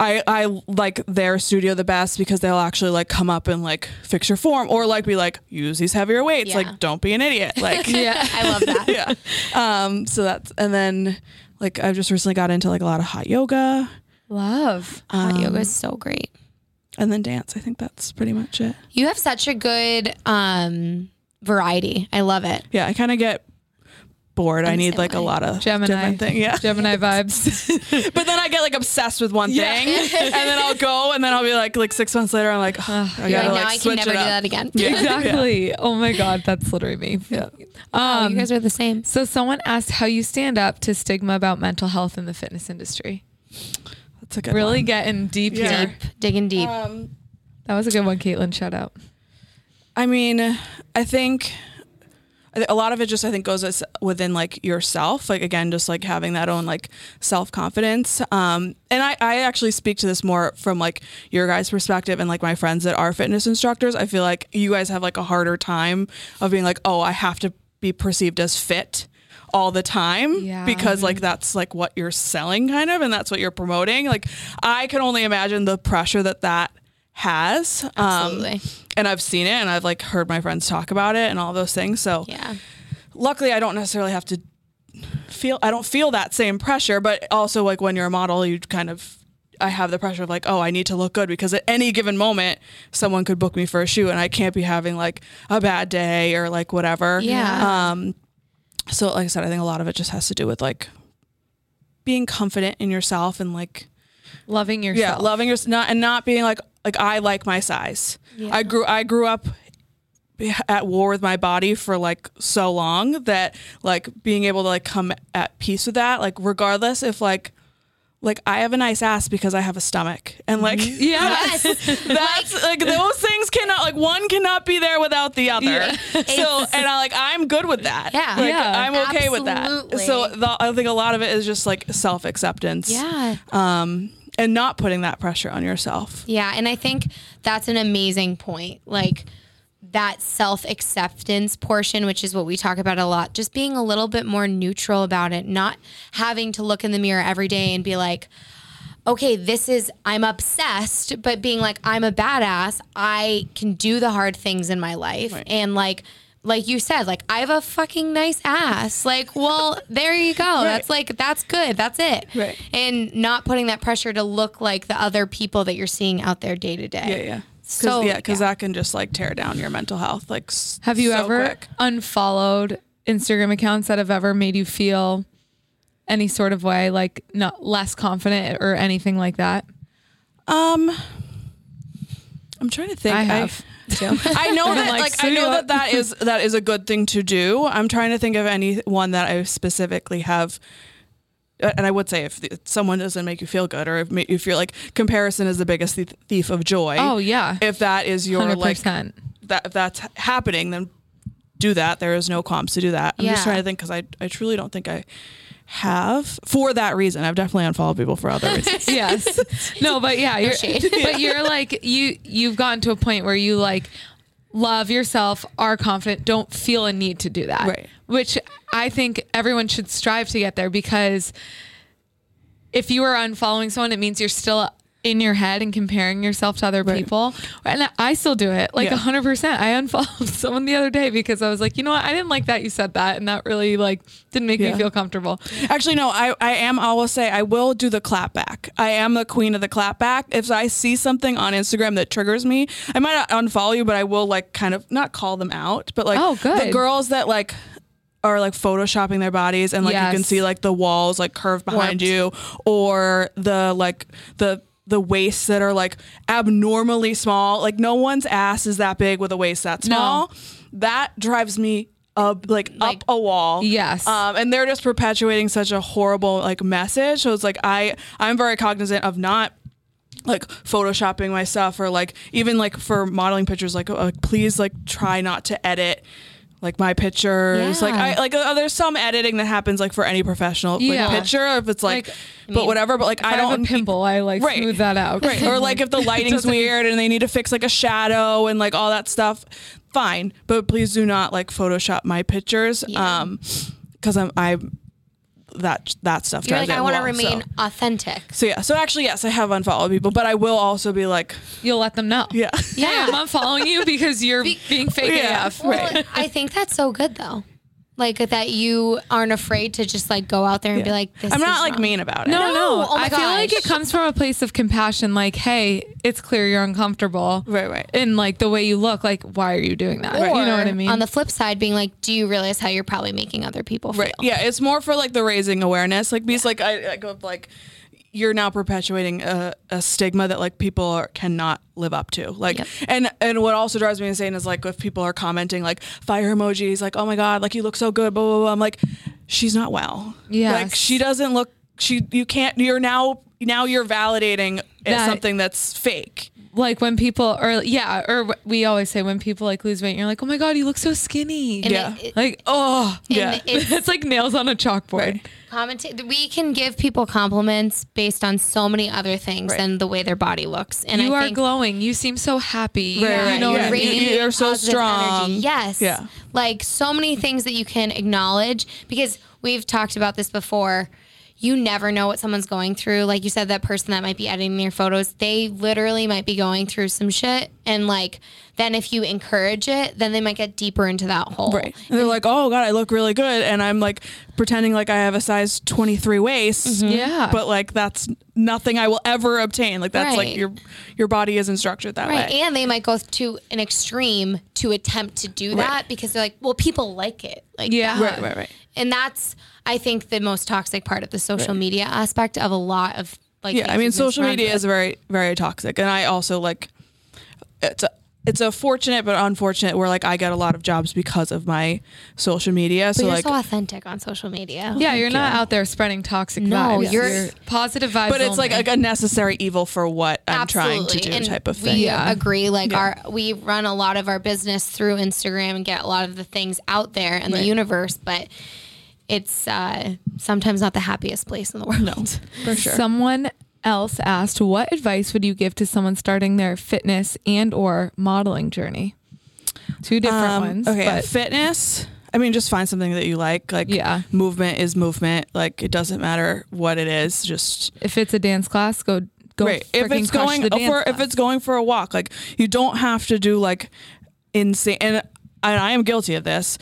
[SPEAKER 3] I, I like their studio the best because they'll actually like come up and like fix your form or like be like use these heavier weights
[SPEAKER 2] Yeah.
[SPEAKER 3] like don't be an idiot
[SPEAKER 2] [LAUGHS]
[SPEAKER 3] like
[SPEAKER 1] Yeah.
[SPEAKER 2] I love that.
[SPEAKER 3] [LAUGHS] yeah. um so that's and then like I've just recently got into like a lot of hot yoga
[SPEAKER 1] Love.
[SPEAKER 2] Hot yoga is so great.
[SPEAKER 3] and then dance I think that's pretty much it
[SPEAKER 2] You have such a good um, variety. I love it.
[SPEAKER 3] Yeah, I kind of get bored. I
[SPEAKER 2] I'm the
[SPEAKER 3] need
[SPEAKER 2] same
[SPEAKER 3] like a
[SPEAKER 2] way.
[SPEAKER 3] lot of
[SPEAKER 1] Gemini.
[SPEAKER 3] different thing. Yeah.
[SPEAKER 1] Gemini vibes.
[SPEAKER 3] But then I get like obsessed with one
[SPEAKER 1] Yeah.
[SPEAKER 3] thing, and then I'll go, and then I'll be like, like six months later, I'm like, "Ugh, I
[SPEAKER 2] You're
[SPEAKER 3] gotta
[SPEAKER 2] like,
[SPEAKER 3] like,
[SPEAKER 2] no, I can
[SPEAKER 3] switch
[SPEAKER 2] never
[SPEAKER 3] it
[SPEAKER 2] do
[SPEAKER 3] up.
[SPEAKER 2] that again.
[SPEAKER 3] [LAUGHS] Yeah.
[SPEAKER 1] exactly. Oh, my God. That's literally me.
[SPEAKER 3] Yeah.
[SPEAKER 2] Oh,
[SPEAKER 1] Um,
[SPEAKER 2] you guys are the same.
[SPEAKER 1] so someone asked how you stand up to stigma about mental health in the fitness industry.
[SPEAKER 3] That's a good
[SPEAKER 1] Really
[SPEAKER 3] one.
[SPEAKER 1] getting deep
[SPEAKER 3] Yeah.
[SPEAKER 1] here.
[SPEAKER 2] Digging deep.
[SPEAKER 3] Um,
[SPEAKER 1] That was a good one, Caitlin. Shout out.
[SPEAKER 3] I mean, I think I thi- a lot of it just I think goes as- within like yourself. Like again, just like having that own like self confidence. Um, and I I actually speak to this more from like your guys' perspective and like my friends that are fitness instructors. I feel like you guys have like a harder time of being like, oh, I have to be perceived as fit all the time
[SPEAKER 1] Yeah.
[SPEAKER 3] because like that's like what you're selling kind of and that's what you're promoting like i can only imagine the pressure that that has um,
[SPEAKER 2] Absolutely.
[SPEAKER 3] and I've seen it and I've like heard my friends talk about it and all those things. So
[SPEAKER 2] yeah.
[SPEAKER 3] luckily I don't necessarily have to feel I don't feel that same pressure, but also like when you're a model, you kind of I have the pressure of like, oh, I need to look good because at any given moment someone could book me for a shoot and I can't be having like a bad day or like whatever.
[SPEAKER 2] Yeah.
[SPEAKER 3] Um so like I said, I think a lot of it just has to do with like being confident in yourself and like
[SPEAKER 1] Loving
[SPEAKER 3] yeah,
[SPEAKER 1] yourself.
[SPEAKER 3] loving your not and not being like like I like my size. I grew I grew up at war with my body for like so long that like being able to like come at peace with that like regardless if like like I have a nice ass because I have a stomach and like [LAUGHS]
[SPEAKER 2] Yes.
[SPEAKER 3] that's like, those things cannot like one cannot be there without the other.
[SPEAKER 1] Yeah.
[SPEAKER 3] [LAUGHS] So and I like I'm good with that.
[SPEAKER 2] Yeah.
[SPEAKER 3] Like,
[SPEAKER 1] Yeah.
[SPEAKER 3] I'm okay with that.
[SPEAKER 2] Absolutely.
[SPEAKER 3] So the, I think a lot of it is just like self acceptance
[SPEAKER 2] [LAUGHS] yeah.
[SPEAKER 3] um, and not putting that pressure on yourself.
[SPEAKER 2] Yeah, and I think that's an amazing point. Like that self acceptance portion, which is what we talk about a lot, just being a little bit more neutral about it, not having to look in the mirror every day and be like, okay, this is, I'm obsessed, but being like, I'm a badass. I can do the hard things in my life. And like, like you said, like I have a fucking nice ass. Like, well, there you go. That's like that's good. That's it.
[SPEAKER 3] Right.
[SPEAKER 2] And not putting that pressure to look like the other people that you're seeing out there day to day.
[SPEAKER 3] Yeah, yeah.
[SPEAKER 2] So-
[SPEAKER 3] Cause, yeah, because that can just like tear down your mental health. Like, s-
[SPEAKER 1] Have you
[SPEAKER 3] so
[SPEAKER 1] ever
[SPEAKER 3] quick.
[SPEAKER 1] unfollowed Instagram accounts that have ever made you feel any sort of way, like not less confident or anything like that?
[SPEAKER 3] Um, I'm trying to think.
[SPEAKER 1] I have. too.
[SPEAKER 3] I know that,
[SPEAKER 1] like,
[SPEAKER 3] like, I
[SPEAKER 1] "See
[SPEAKER 3] know
[SPEAKER 1] ya."
[SPEAKER 3] that that is that is a good thing to do. I'm trying to think of any one that I specifically have. uh, And I would say if th- someone doesn't make you feel good, or if, ma- if you're like comparison is the biggest th- thief of joy.
[SPEAKER 1] [LAUGHS] oh yeah,
[SPEAKER 3] if that is your
[SPEAKER 1] hundred
[SPEAKER 3] like
[SPEAKER 1] percent.
[SPEAKER 3] that if that's happening, then do that. There is no comps to do that. I'm
[SPEAKER 2] Yeah.
[SPEAKER 3] just trying to think because I I truly don't think I have for that reason. I've definitely unfollowed people for other
[SPEAKER 1] [LAUGHS]
[SPEAKER 3] reasons.
[SPEAKER 1] yes. No, but yeah, you're,
[SPEAKER 2] shade.
[SPEAKER 1] [LAUGHS] but
[SPEAKER 3] [LAUGHS]
[SPEAKER 1] you're like you you've gotten to a point where you like love yourself, are confident, don't feel a need to do that.
[SPEAKER 3] Right.
[SPEAKER 1] Which I think everyone should strive to get there because if you are unfollowing someone, it means you're still in your head and comparing yourself to other people. And I still do it like
[SPEAKER 3] Yeah.
[SPEAKER 1] 100%. I unfollowed [LAUGHS] someone the other day because I was like, you know what? I didn't like that you said that. And that really like didn't make
[SPEAKER 3] Yeah.
[SPEAKER 1] me feel comfortable.
[SPEAKER 3] Actually, no, I, I am. I will say I will do the clap back. I am the queen of the clap back. If I see something on Instagram that triggers me, I might not unfollow you, but I will like kind of not call them out, but like
[SPEAKER 1] Oh, good.
[SPEAKER 3] the girls that like are like photoshopping their bodies and like you can
[SPEAKER 1] Yes.
[SPEAKER 3] see like the walls like curved behind
[SPEAKER 2] Warped.
[SPEAKER 3] you or the like the the waists that are like abnormally small. Like no one's ass is that big with a waist that
[SPEAKER 1] No.
[SPEAKER 3] small. That drives me up like,
[SPEAKER 2] Like-
[SPEAKER 3] up a wall.
[SPEAKER 1] Yes.
[SPEAKER 3] Um, and they're just perpetuating such a horrible like message. So it's like I I'm very cognizant of not like photoshopping my stuff or like even like for modeling pictures like uh, please like try not to edit like my pictures like
[SPEAKER 2] Yeah.
[SPEAKER 3] I like uh, there's some editing that happens like for any professional like
[SPEAKER 1] Yeah.
[SPEAKER 3] picture if it's like,
[SPEAKER 1] Like,
[SPEAKER 3] but whatever but like I
[SPEAKER 1] I have a
[SPEAKER 3] don't
[SPEAKER 1] pimple. I like
[SPEAKER 3] Right.
[SPEAKER 1] smooth that out.
[SPEAKER 3] Right. Or like
[SPEAKER 2] [LAUGHS]
[SPEAKER 3] if the lighting's
[SPEAKER 1] doesn't-
[SPEAKER 3] weird and they need to fix like a shadow and like all that stuff, fine. But please do not like Photoshop my pictures.
[SPEAKER 2] Yeah.
[SPEAKER 3] Um, because I'm I that that stuff.
[SPEAKER 2] You're
[SPEAKER 3] drives
[SPEAKER 2] like,
[SPEAKER 3] it
[SPEAKER 2] I want to
[SPEAKER 3] well,
[SPEAKER 2] remain
[SPEAKER 3] So.
[SPEAKER 2] authentic.
[SPEAKER 3] so yeah. So actually, yes, I have unfollowed people, but I will also be like, [LAUGHS]
[SPEAKER 1] you'll let them know.
[SPEAKER 3] yeah.
[SPEAKER 1] Hey, I'm unfollowing you because you're being fake
[SPEAKER 3] Yeah.
[SPEAKER 1] AF.
[SPEAKER 2] Well, I think that's so good though. Like that you aren't afraid to just like go out there and be like, this
[SPEAKER 3] I'm
[SPEAKER 2] is
[SPEAKER 3] not like
[SPEAKER 2] wrong.
[SPEAKER 3] mean about it.
[SPEAKER 1] No, no.
[SPEAKER 2] No, oh my
[SPEAKER 1] I feel like
[SPEAKER 2] gosh.
[SPEAKER 1] it comes from a place of compassion. Like, hey, it's clear you're uncomfortable.
[SPEAKER 3] Right, right.
[SPEAKER 1] And like the way you look, like, why are you doing that? You know what I
[SPEAKER 2] Or
[SPEAKER 1] mean?
[SPEAKER 2] On the flip side, being like, do you realize how you're probably making other people feel?
[SPEAKER 3] Right. Yeah. It's more for like the raising awareness. Like because like I, I go like you're now perpetuating a, a stigma that like people are, cannot live up to. Like
[SPEAKER 2] Yep.
[SPEAKER 3] and and what also drives me insane is like if people are commenting like fire emojis like oh my god like you look so good blah blah blah. I'm like she's not well.
[SPEAKER 1] Yes.
[SPEAKER 3] Like she doesn't look. She you can't. You're now now you're validating
[SPEAKER 1] That-
[SPEAKER 3] something that's fake.
[SPEAKER 1] like when people, or yeah, or we always say when people like lose weight, you're like, oh my God, you look so skinny.
[SPEAKER 2] And
[SPEAKER 3] Yeah.
[SPEAKER 2] it- it-
[SPEAKER 1] Like, oh,
[SPEAKER 2] and
[SPEAKER 3] Yeah. [LAUGHS]
[SPEAKER 1] [LAUGHS]
[SPEAKER 2] it's
[SPEAKER 1] it's like nails on a chalkboard.
[SPEAKER 2] commenta- we can give people compliments based on so many other things
[SPEAKER 3] Right.
[SPEAKER 2] than the way their body looks. And
[SPEAKER 1] You
[SPEAKER 2] I
[SPEAKER 1] are
[SPEAKER 2] think
[SPEAKER 1] glowing. You seem so happy.
[SPEAKER 3] Right,
[SPEAKER 1] You
[SPEAKER 3] right,
[SPEAKER 1] know
[SPEAKER 3] yeah.
[SPEAKER 1] what I
[SPEAKER 3] Right.
[SPEAKER 1] mean?
[SPEAKER 3] You-
[SPEAKER 2] radiating
[SPEAKER 3] you're so
[SPEAKER 2] positive energy.
[SPEAKER 3] strong.
[SPEAKER 2] Yes.
[SPEAKER 3] Yeah.
[SPEAKER 2] Like so many things that you can acknowledge because we've talked about this before. You never know what someone's going through. Like you said, that person that might be editing their photos, they literally might be going through some shit. And like, then if you encourage it, then they might get deeper into that hole.
[SPEAKER 3] Right. And they're like, oh god, I look really good, and I'm like pretending like I have a size 23 waist.
[SPEAKER 2] Mm-hmm.
[SPEAKER 1] Yeah.
[SPEAKER 3] But like that's nothing I will ever obtain. Like that's
[SPEAKER 2] Right.
[SPEAKER 3] like your your body isn't structured that
[SPEAKER 2] Right.
[SPEAKER 3] way.
[SPEAKER 2] And they might go to an extreme to attempt to do that because they're like, well, people like it. Like,
[SPEAKER 1] Yeah.
[SPEAKER 2] that.
[SPEAKER 1] Right,
[SPEAKER 3] right, right.
[SPEAKER 2] And that's, I think, the most toxic part of the social media aspect of a lot of like,
[SPEAKER 3] yeah, I mean, social media is very very toxic, and I also like it's a it's a fortunate but unfortunate where like I get a lot of jobs because of my social media.
[SPEAKER 2] But
[SPEAKER 3] so
[SPEAKER 2] you're
[SPEAKER 3] like,
[SPEAKER 2] so authentic on social media.
[SPEAKER 1] Yeah, you're not out there spreading toxic
[SPEAKER 2] No,
[SPEAKER 1] vibes.
[SPEAKER 2] you're-
[SPEAKER 1] positive vibes.
[SPEAKER 3] but it's like
[SPEAKER 1] only.
[SPEAKER 3] a, a necessary evil for what I'm trying to do
[SPEAKER 2] and
[SPEAKER 3] type of
[SPEAKER 2] We
[SPEAKER 3] thing.
[SPEAKER 1] Yeah.
[SPEAKER 2] agree. Like our, we run a lot of our business through Instagram and get a lot of the things out there in the
[SPEAKER 3] Right.
[SPEAKER 2] universe, but it's uh, sometimes not the happiest place in the [LAUGHS] world.
[SPEAKER 3] for sure.
[SPEAKER 1] Someone else asked, "What advice would you give to someone starting their fitness and or modeling journey?" Two different
[SPEAKER 3] Um,
[SPEAKER 1] ones.
[SPEAKER 3] Okay,
[SPEAKER 1] but
[SPEAKER 3] fitness. I mean, just find something that you like. Like,
[SPEAKER 1] Yeah.
[SPEAKER 3] movement is movement. Like, it doesn't matter what it is. Just
[SPEAKER 1] if it's a dance class, go go.
[SPEAKER 3] right. If
[SPEAKER 1] freaking
[SPEAKER 3] it's
[SPEAKER 1] crush
[SPEAKER 3] going
[SPEAKER 1] the dance
[SPEAKER 3] for, if
[SPEAKER 1] class.
[SPEAKER 3] it's going for a walk, like you don't have to do like insane. And, and I am guilty of this.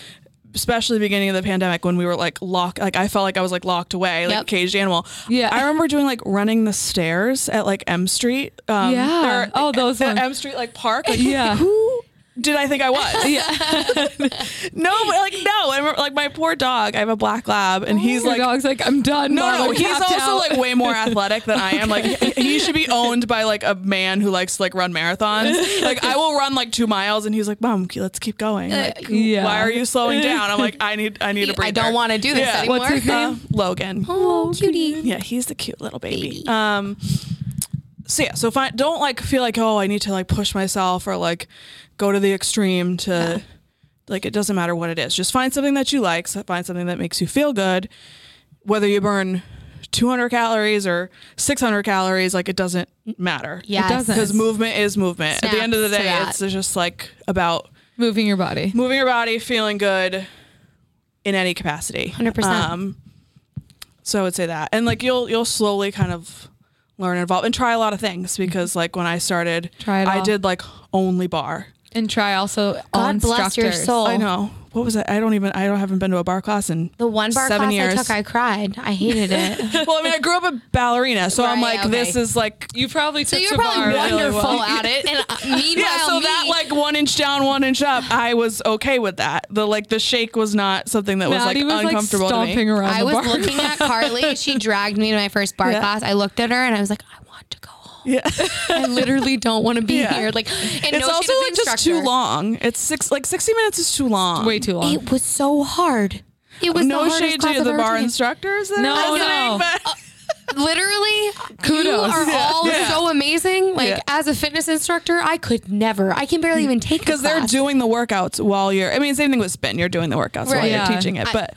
[SPEAKER 3] Especially beginning of the pandemic when we were like locked, like I felt like I was like locked away, like
[SPEAKER 2] Yep.
[SPEAKER 3] caged animal.
[SPEAKER 1] Yeah.
[SPEAKER 3] I remember doing like running the stairs at like M Street. Um,
[SPEAKER 1] Yeah.
[SPEAKER 3] or-
[SPEAKER 1] Oh, those
[SPEAKER 3] at
[SPEAKER 1] ones. [LAUGHS]
[SPEAKER 3] M Street like park. Like,
[SPEAKER 1] Yeah.
[SPEAKER 3] [LAUGHS] who did I think I was? [LAUGHS] no, but like no, I remember, like my poor dog. I have a black lab, and he's
[SPEAKER 1] Oh, Your
[SPEAKER 3] like.
[SPEAKER 1] dog's like, I'm done.
[SPEAKER 3] No,
[SPEAKER 1] Mom,
[SPEAKER 3] no,
[SPEAKER 1] I'm
[SPEAKER 3] he's
[SPEAKER 1] tapped
[SPEAKER 3] also
[SPEAKER 1] out."
[SPEAKER 3] like way more athletic than I am. Like he, he should be owned by like a man who likes to like run marathons. Like I will run like two miles, and he's like, "Mom, ke- let's keep going. Like,
[SPEAKER 1] yeah.
[SPEAKER 3] Why are you slowing down?" I'm like, "I need, I need a breather.
[SPEAKER 2] I don't want to do this
[SPEAKER 3] Yeah.
[SPEAKER 2] anymore.
[SPEAKER 1] What's his name?
[SPEAKER 3] Uh, Logan.
[SPEAKER 2] Oh, cutie.
[SPEAKER 3] Yeah, he's the cute little baby. Um, so yeah, so if I don't like feel like oh I need to like push myself or like go to the extreme to like it doesn't matter what it is. Just find something that you like. so Find something that makes you feel good. Whether you burn 200 calories or 600 calories, like it doesn't matter.
[SPEAKER 2] Yes.
[SPEAKER 1] doesn't.
[SPEAKER 3] because movement is movement. At the end of the
[SPEAKER 2] Snaps to
[SPEAKER 3] day,
[SPEAKER 2] that.
[SPEAKER 3] it's just like about
[SPEAKER 1] moving your body.
[SPEAKER 3] moving your body, feeling good in any capacity. Um,
[SPEAKER 2] 100%.
[SPEAKER 3] so I would say that, and like you'll you'll slowly kind of learn and evolve and try a lot of
[SPEAKER 2] Mm-hmm.
[SPEAKER 3] things because like when I started,
[SPEAKER 1] Try it
[SPEAKER 3] I
[SPEAKER 1] all.
[SPEAKER 3] did like only bar.
[SPEAKER 1] And try also on
[SPEAKER 2] God bless your
[SPEAKER 1] structures.
[SPEAKER 2] soul.
[SPEAKER 3] I know what was that? I don't even I don't haven't been to a bar class in
[SPEAKER 2] The one bar
[SPEAKER 3] seven
[SPEAKER 2] class
[SPEAKER 3] years.
[SPEAKER 2] I
[SPEAKER 3] [LAUGHS]
[SPEAKER 2] took, I cried. I hated it.
[SPEAKER 3] well, I mean, I grew up a ballerina, so I'm
[SPEAKER 2] Right,
[SPEAKER 3] like, this
[SPEAKER 2] okay.
[SPEAKER 3] is like
[SPEAKER 1] You probably
[SPEAKER 2] [LAUGHS] so
[SPEAKER 1] took
[SPEAKER 2] you're probably
[SPEAKER 1] Tabar really
[SPEAKER 2] wonderful
[SPEAKER 1] well.
[SPEAKER 2] at it. And uh, meanwhile,
[SPEAKER 3] [LAUGHS] yeah. so
[SPEAKER 2] me,
[SPEAKER 3] that like one inch down, one inch up, I was okay with that. The like the shake was not something that was like
[SPEAKER 1] Maddie was like
[SPEAKER 3] uncomfortable to me.
[SPEAKER 1] stomping around
[SPEAKER 2] I
[SPEAKER 1] the
[SPEAKER 2] was
[SPEAKER 1] bar.
[SPEAKER 2] looking
[SPEAKER 3] [LAUGHS]
[SPEAKER 2] at Carly. She dragged me to my first bar class. I looked at her and I was like, I want to go home.
[SPEAKER 3] Yeah. [LAUGHS]
[SPEAKER 2] I literally don't want to be
[SPEAKER 3] Yeah.
[SPEAKER 2] here. Like, and
[SPEAKER 3] it's
[SPEAKER 2] no,
[SPEAKER 3] also
[SPEAKER 2] she was the
[SPEAKER 3] like just
[SPEAKER 2] instructor.
[SPEAKER 3] too long. It's six like sixty minutes is too
[SPEAKER 1] [LAUGHS]
[SPEAKER 3] long.
[SPEAKER 1] Way too long.
[SPEAKER 2] It was so hard. It was
[SPEAKER 3] no
[SPEAKER 2] the hardest
[SPEAKER 3] shade
[SPEAKER 2] class
[SPEAKER 3] to
[SPEAKER 2] I've
[SPEAKER 3] the
[SPEAKER 2] ever
[SPEAKER 3] bar
[SPEAKER 2] taken.
[SPEAKER 3] instructors. that
[SPEAKER 1] No,
[SPEAKER 3] are listening,
[SPEAKER 1] no.
[SPEAKER 3] but-
[SPEAKER 2] Literally, you
[SPEAKER 1] Kudos.
[SPEAKER 2] are
[SPEAKER 1] Yeah.
[SPEAKER 2] all
[SPEAKER 3] Yeah.
[SPEAKER 2] so amazing. Like
[SPEAKER 3] Yeah.
[SPEAKER 2] as a fitness instructor, I could never. I can barely even take
[SPEAKER 3] because they're
[SPEAKER 2] doing.
[SPEAKER 3] doing the workouts while you're. I mean, same thing with spin. You're doing the workouts while
[SPEAKER 2] Right.
[SPEAKER 1] Yeah.
[SPEAKER 3] you're teaching it, [LAUGHS]
[SPEAKER 2] I-
[SPEAKER 3] but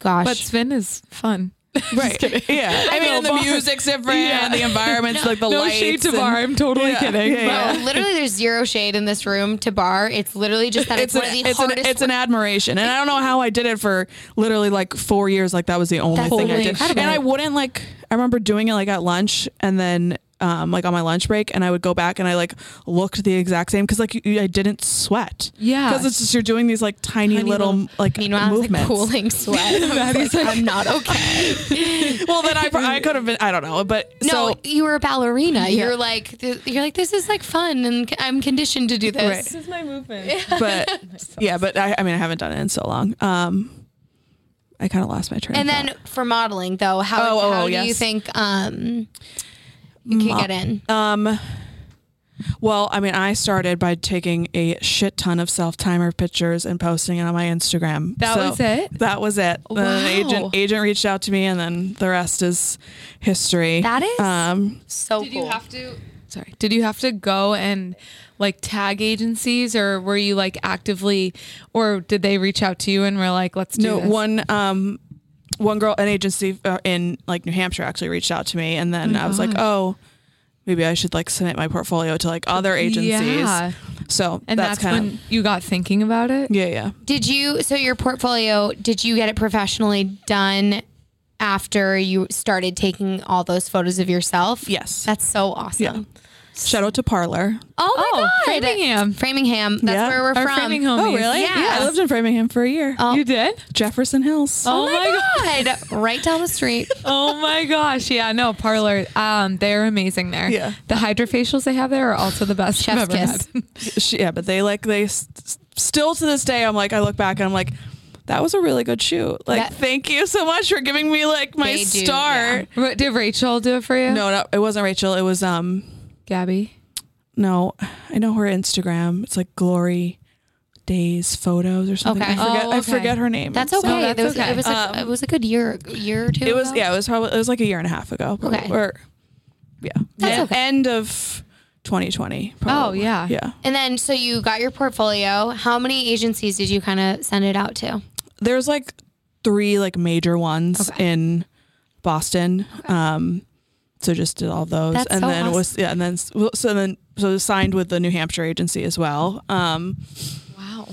[SPEAKER 2] Gosh,
[SPEAKER 1] But spin is fun.
[SPEAKER 3] right, yeah. I mean, and the
[SPEAKER 1] bar.
[SPEAKER 3] music's different. [LAUGHS] The environment's like the
[SPEAKER 1] no
[SPEAKER 3] lights.
[SPEAKER 1] shade to
[SPEAKER 3] and-
[SPEAKER 1] bar. I'm totally
[SPEAKER 3] Yeah,
[SPEAKER 1] kidding.
[SPEAKER 3] yeah,
[SPEAKER 1] but-
[SPEAKER 3] yeah.
[SPEAKER 2] Bro, literally, there's zero shade in this room to bar. It's literally just that
[SPEAKER 3] It's
[SPEAKER 2] it's,
[SPEAKER 3] an,
[SPEAKER 2] one of the
[SPEAKER 3] it's, an,
[SPEAKER 2] hardest.
[SPEAKER 3] it's an admiration. And I don't know how I did it for literally like four years. Like that was the only
[SPEAKER 2] That's
[SPEAKER 3] thing I
[SPEAKER 2] totally
[SPEAKER 3] did.
[SPEAKER 2] incredible.
[SPEAKER 3] And I wouldn't like, I remember doing it like at lunch and then um, like on my lunch break and I would go back and I like looked the exact same. Cause like you- you, I didn't sweat.
[SPEAKER 1] Yeah.
[SPEAKER 3] [LAUGHS] Cause it's just, you're doing these like tiny, little,
[SPEAKER 1] little-
[SPEAKER 3] like
[SPEAKER 2] Meanwhile, I was like
[SPEAKER 3] movements. [LAUGHS]
[SPEAKER 2] cooling sweat. I was like, I'm not okay.
[SPEAKER 3] Well, then I, pro-
[SPEAKER 2] [LAUGHS]
[SPEAKER 3] I could have been, I don't know. But
[SPEAKER 2] No,
[SPEAKER 3] so
[SPEAKER 2] you were a ballerina. You're like, th- you're like, this is like fun, and c- I'm conditioned to do this.
[SPEAKER 1] This is my movement.
[SPEAKER 2] [LAUGHS]
[SPEAKER 3] but yeah, but I, I mean, I haven't done it in so long. Um, I kind of lost my train.
[SPEAKER 2] And
[SPEAKER 3] of
[SPEAKER 2] then
[SPEAKER 3] thought.
[SPEAKER 2] for modeling, though, how,
[SPEAKER 3] Oh, oh,
[SPEAKER 2] how
[SPEAKER 3] oh,
[SPEAKER 2] do you
[SPEAKER 3] yes.
[SPEAKER 2] think um, you can
[SPEAKER 3] Mo-
[SPEAKER 2] get in?
[SPEAKER 3] um, well, I mean, I started by taking a shit ton of self timer pictures and posting it on my Instagram.
[SPEAKER 1] That was it?
[SPEAKER 3] That was it. Then an
[SPEAKER 1] Wow.
[SPEAKER 3] agent agent reached out to me, and then the rest is history.
[SPEAKER 2] That is-
[SPEAKER 3] Um,
[SPEAKER 2] So
[SPEAKER 1] Did
[SPEAKER 2] cool.
[SPEAKER 1] you have to? Sorry. Did you have to go and like tag agencies, or were you like actively, or did they reach out to you and were like, "Let's do
[SPEAKER 3] no
[SPEAKER 1] this"?
[SPEAKER 3] one um one girl an agency uh, in like new hampshire actually reached out to me and then i was like oh maybe i should like submit my portfolio to like other agencies
[SPEAKER 1] Yeah.
[SPEAKER 3] so
[SPEAKER 1] and
[SPEAKER 3] that's,
[SPEAKER 1] that's,
[SPEAKER 3] kind
[SPEAKER 1] when
[SPEAKER 3] of
[SPEAKER 1] you got thinking about it.
[SPEAKER 3] yeah yeah
[SPEAKER 2] Did you? So your portfolio? Did you get it professionally done after you started taking all those photos of yourself?
[SPEAKER 3] yes
[SPEAKER 2] That's so awesome.
[SPEAKER 3] yeah shout out to parlor
[SPEAKER 2] Oh, my
[SPEAKER 1] Oh,
[SPEAKER 2] God.
[SPEAKER 1] Framingham.
[SPEAKER 2] Framingham. That's
[SPEAKER 3] Yeah.
[SPEAKER 2] where we're
[SPEAKER 1] Our
[SPEAKER 2] from. Oh
[SPEAKER 1] framing homies.
[SPEAKER 2] Yeah.
[SPEAKER 3] i lived in framingham for a year
[SPEAKER 1] You did?
[SPEAKER 3] jefferson hills
[SPEAKER 2] Oh, my God. right down the [LAUGHS] street.
[SPEAKER 1] oh my gosh. Yeah, no, parlor. Um, they're amazing there.
[SPEAKER 3] Yeah.
[SPEAKER 1] The hydrofacials they have there are also the best
[SPEAKER 2] Chef's
[SPEAKER 1] I've ever
[SPEAKER 2] kiss.
[SPEAKER 1] had.
[SPEAKER 3] Sh yeah but they like they s- s- still to this day i'm like i look back and i'm like that was a really good shoot like
[SPEAKER 2] That-
[SPEAKER 3] thank you so much for giving me like my
[SPEAKER 2] They do, yeah.
[SPEAKER 3] start
[SPEAKER 1] What did Rachel do it for you?
[SPEAKER 3] no no it wasn't rachel it was um
[SPEAKER 1] Gabby.
[SPEAKER 3] No, I know her Instagram. It's like Glory Days Photos or something.
[SPEAKER 2] Okay.
[SPEAKER 3] I forget.
[SPEAKER 1] Oh,
[SPEAKER 3] I
[SPEAKER 1] okay.
[SPEAKER 3] forget her name.
[SPEAKER 2] That's
[SPEAKER 3] I'm
[SPEAKER 2] okay. Um,
[SPEAKER 3] sorry.
[SPEAKER 1] that's
[SPEAKER 2] There was-
[SPEAKER 1] okay.
[SPEAKER 2] It was, like, it was a good year, year or two.
[SPEAKER 3] It was
[SPEAKER 2] ago.
[SPEAKER 3] yeah. It was probably it was like a year and a half ago. probably.
[SPEAKER 2] Okay.
[SPEAKER 3] Or yeah.
[SPEAKER 2] That's
[SPEAKER 3] E-
[SPEAKER 2] okay.
[SPEAKER 3] End of 2020. probably.
[SPEAKER 1] Oh, yeah.
[SPEAKER 3] Yeah.
[SPEAKER 2] And then, so you got your portfolio. How many agencies did you kind of send it out to?
[SPEAKER 3] There's like three like major ones
[SPEAKER 2] Okay.
[SPEAKER 3] in Boston. Um. So just did all those,
[SPEAKER 2] That's
[SPEAKER 3] and
[SPEAKER 2] so
[SPEAKER 3] then was yeah, and then s- well, so then so signed with the New Hampshire agency as well. Um.
[SPEAKER 1] Wow.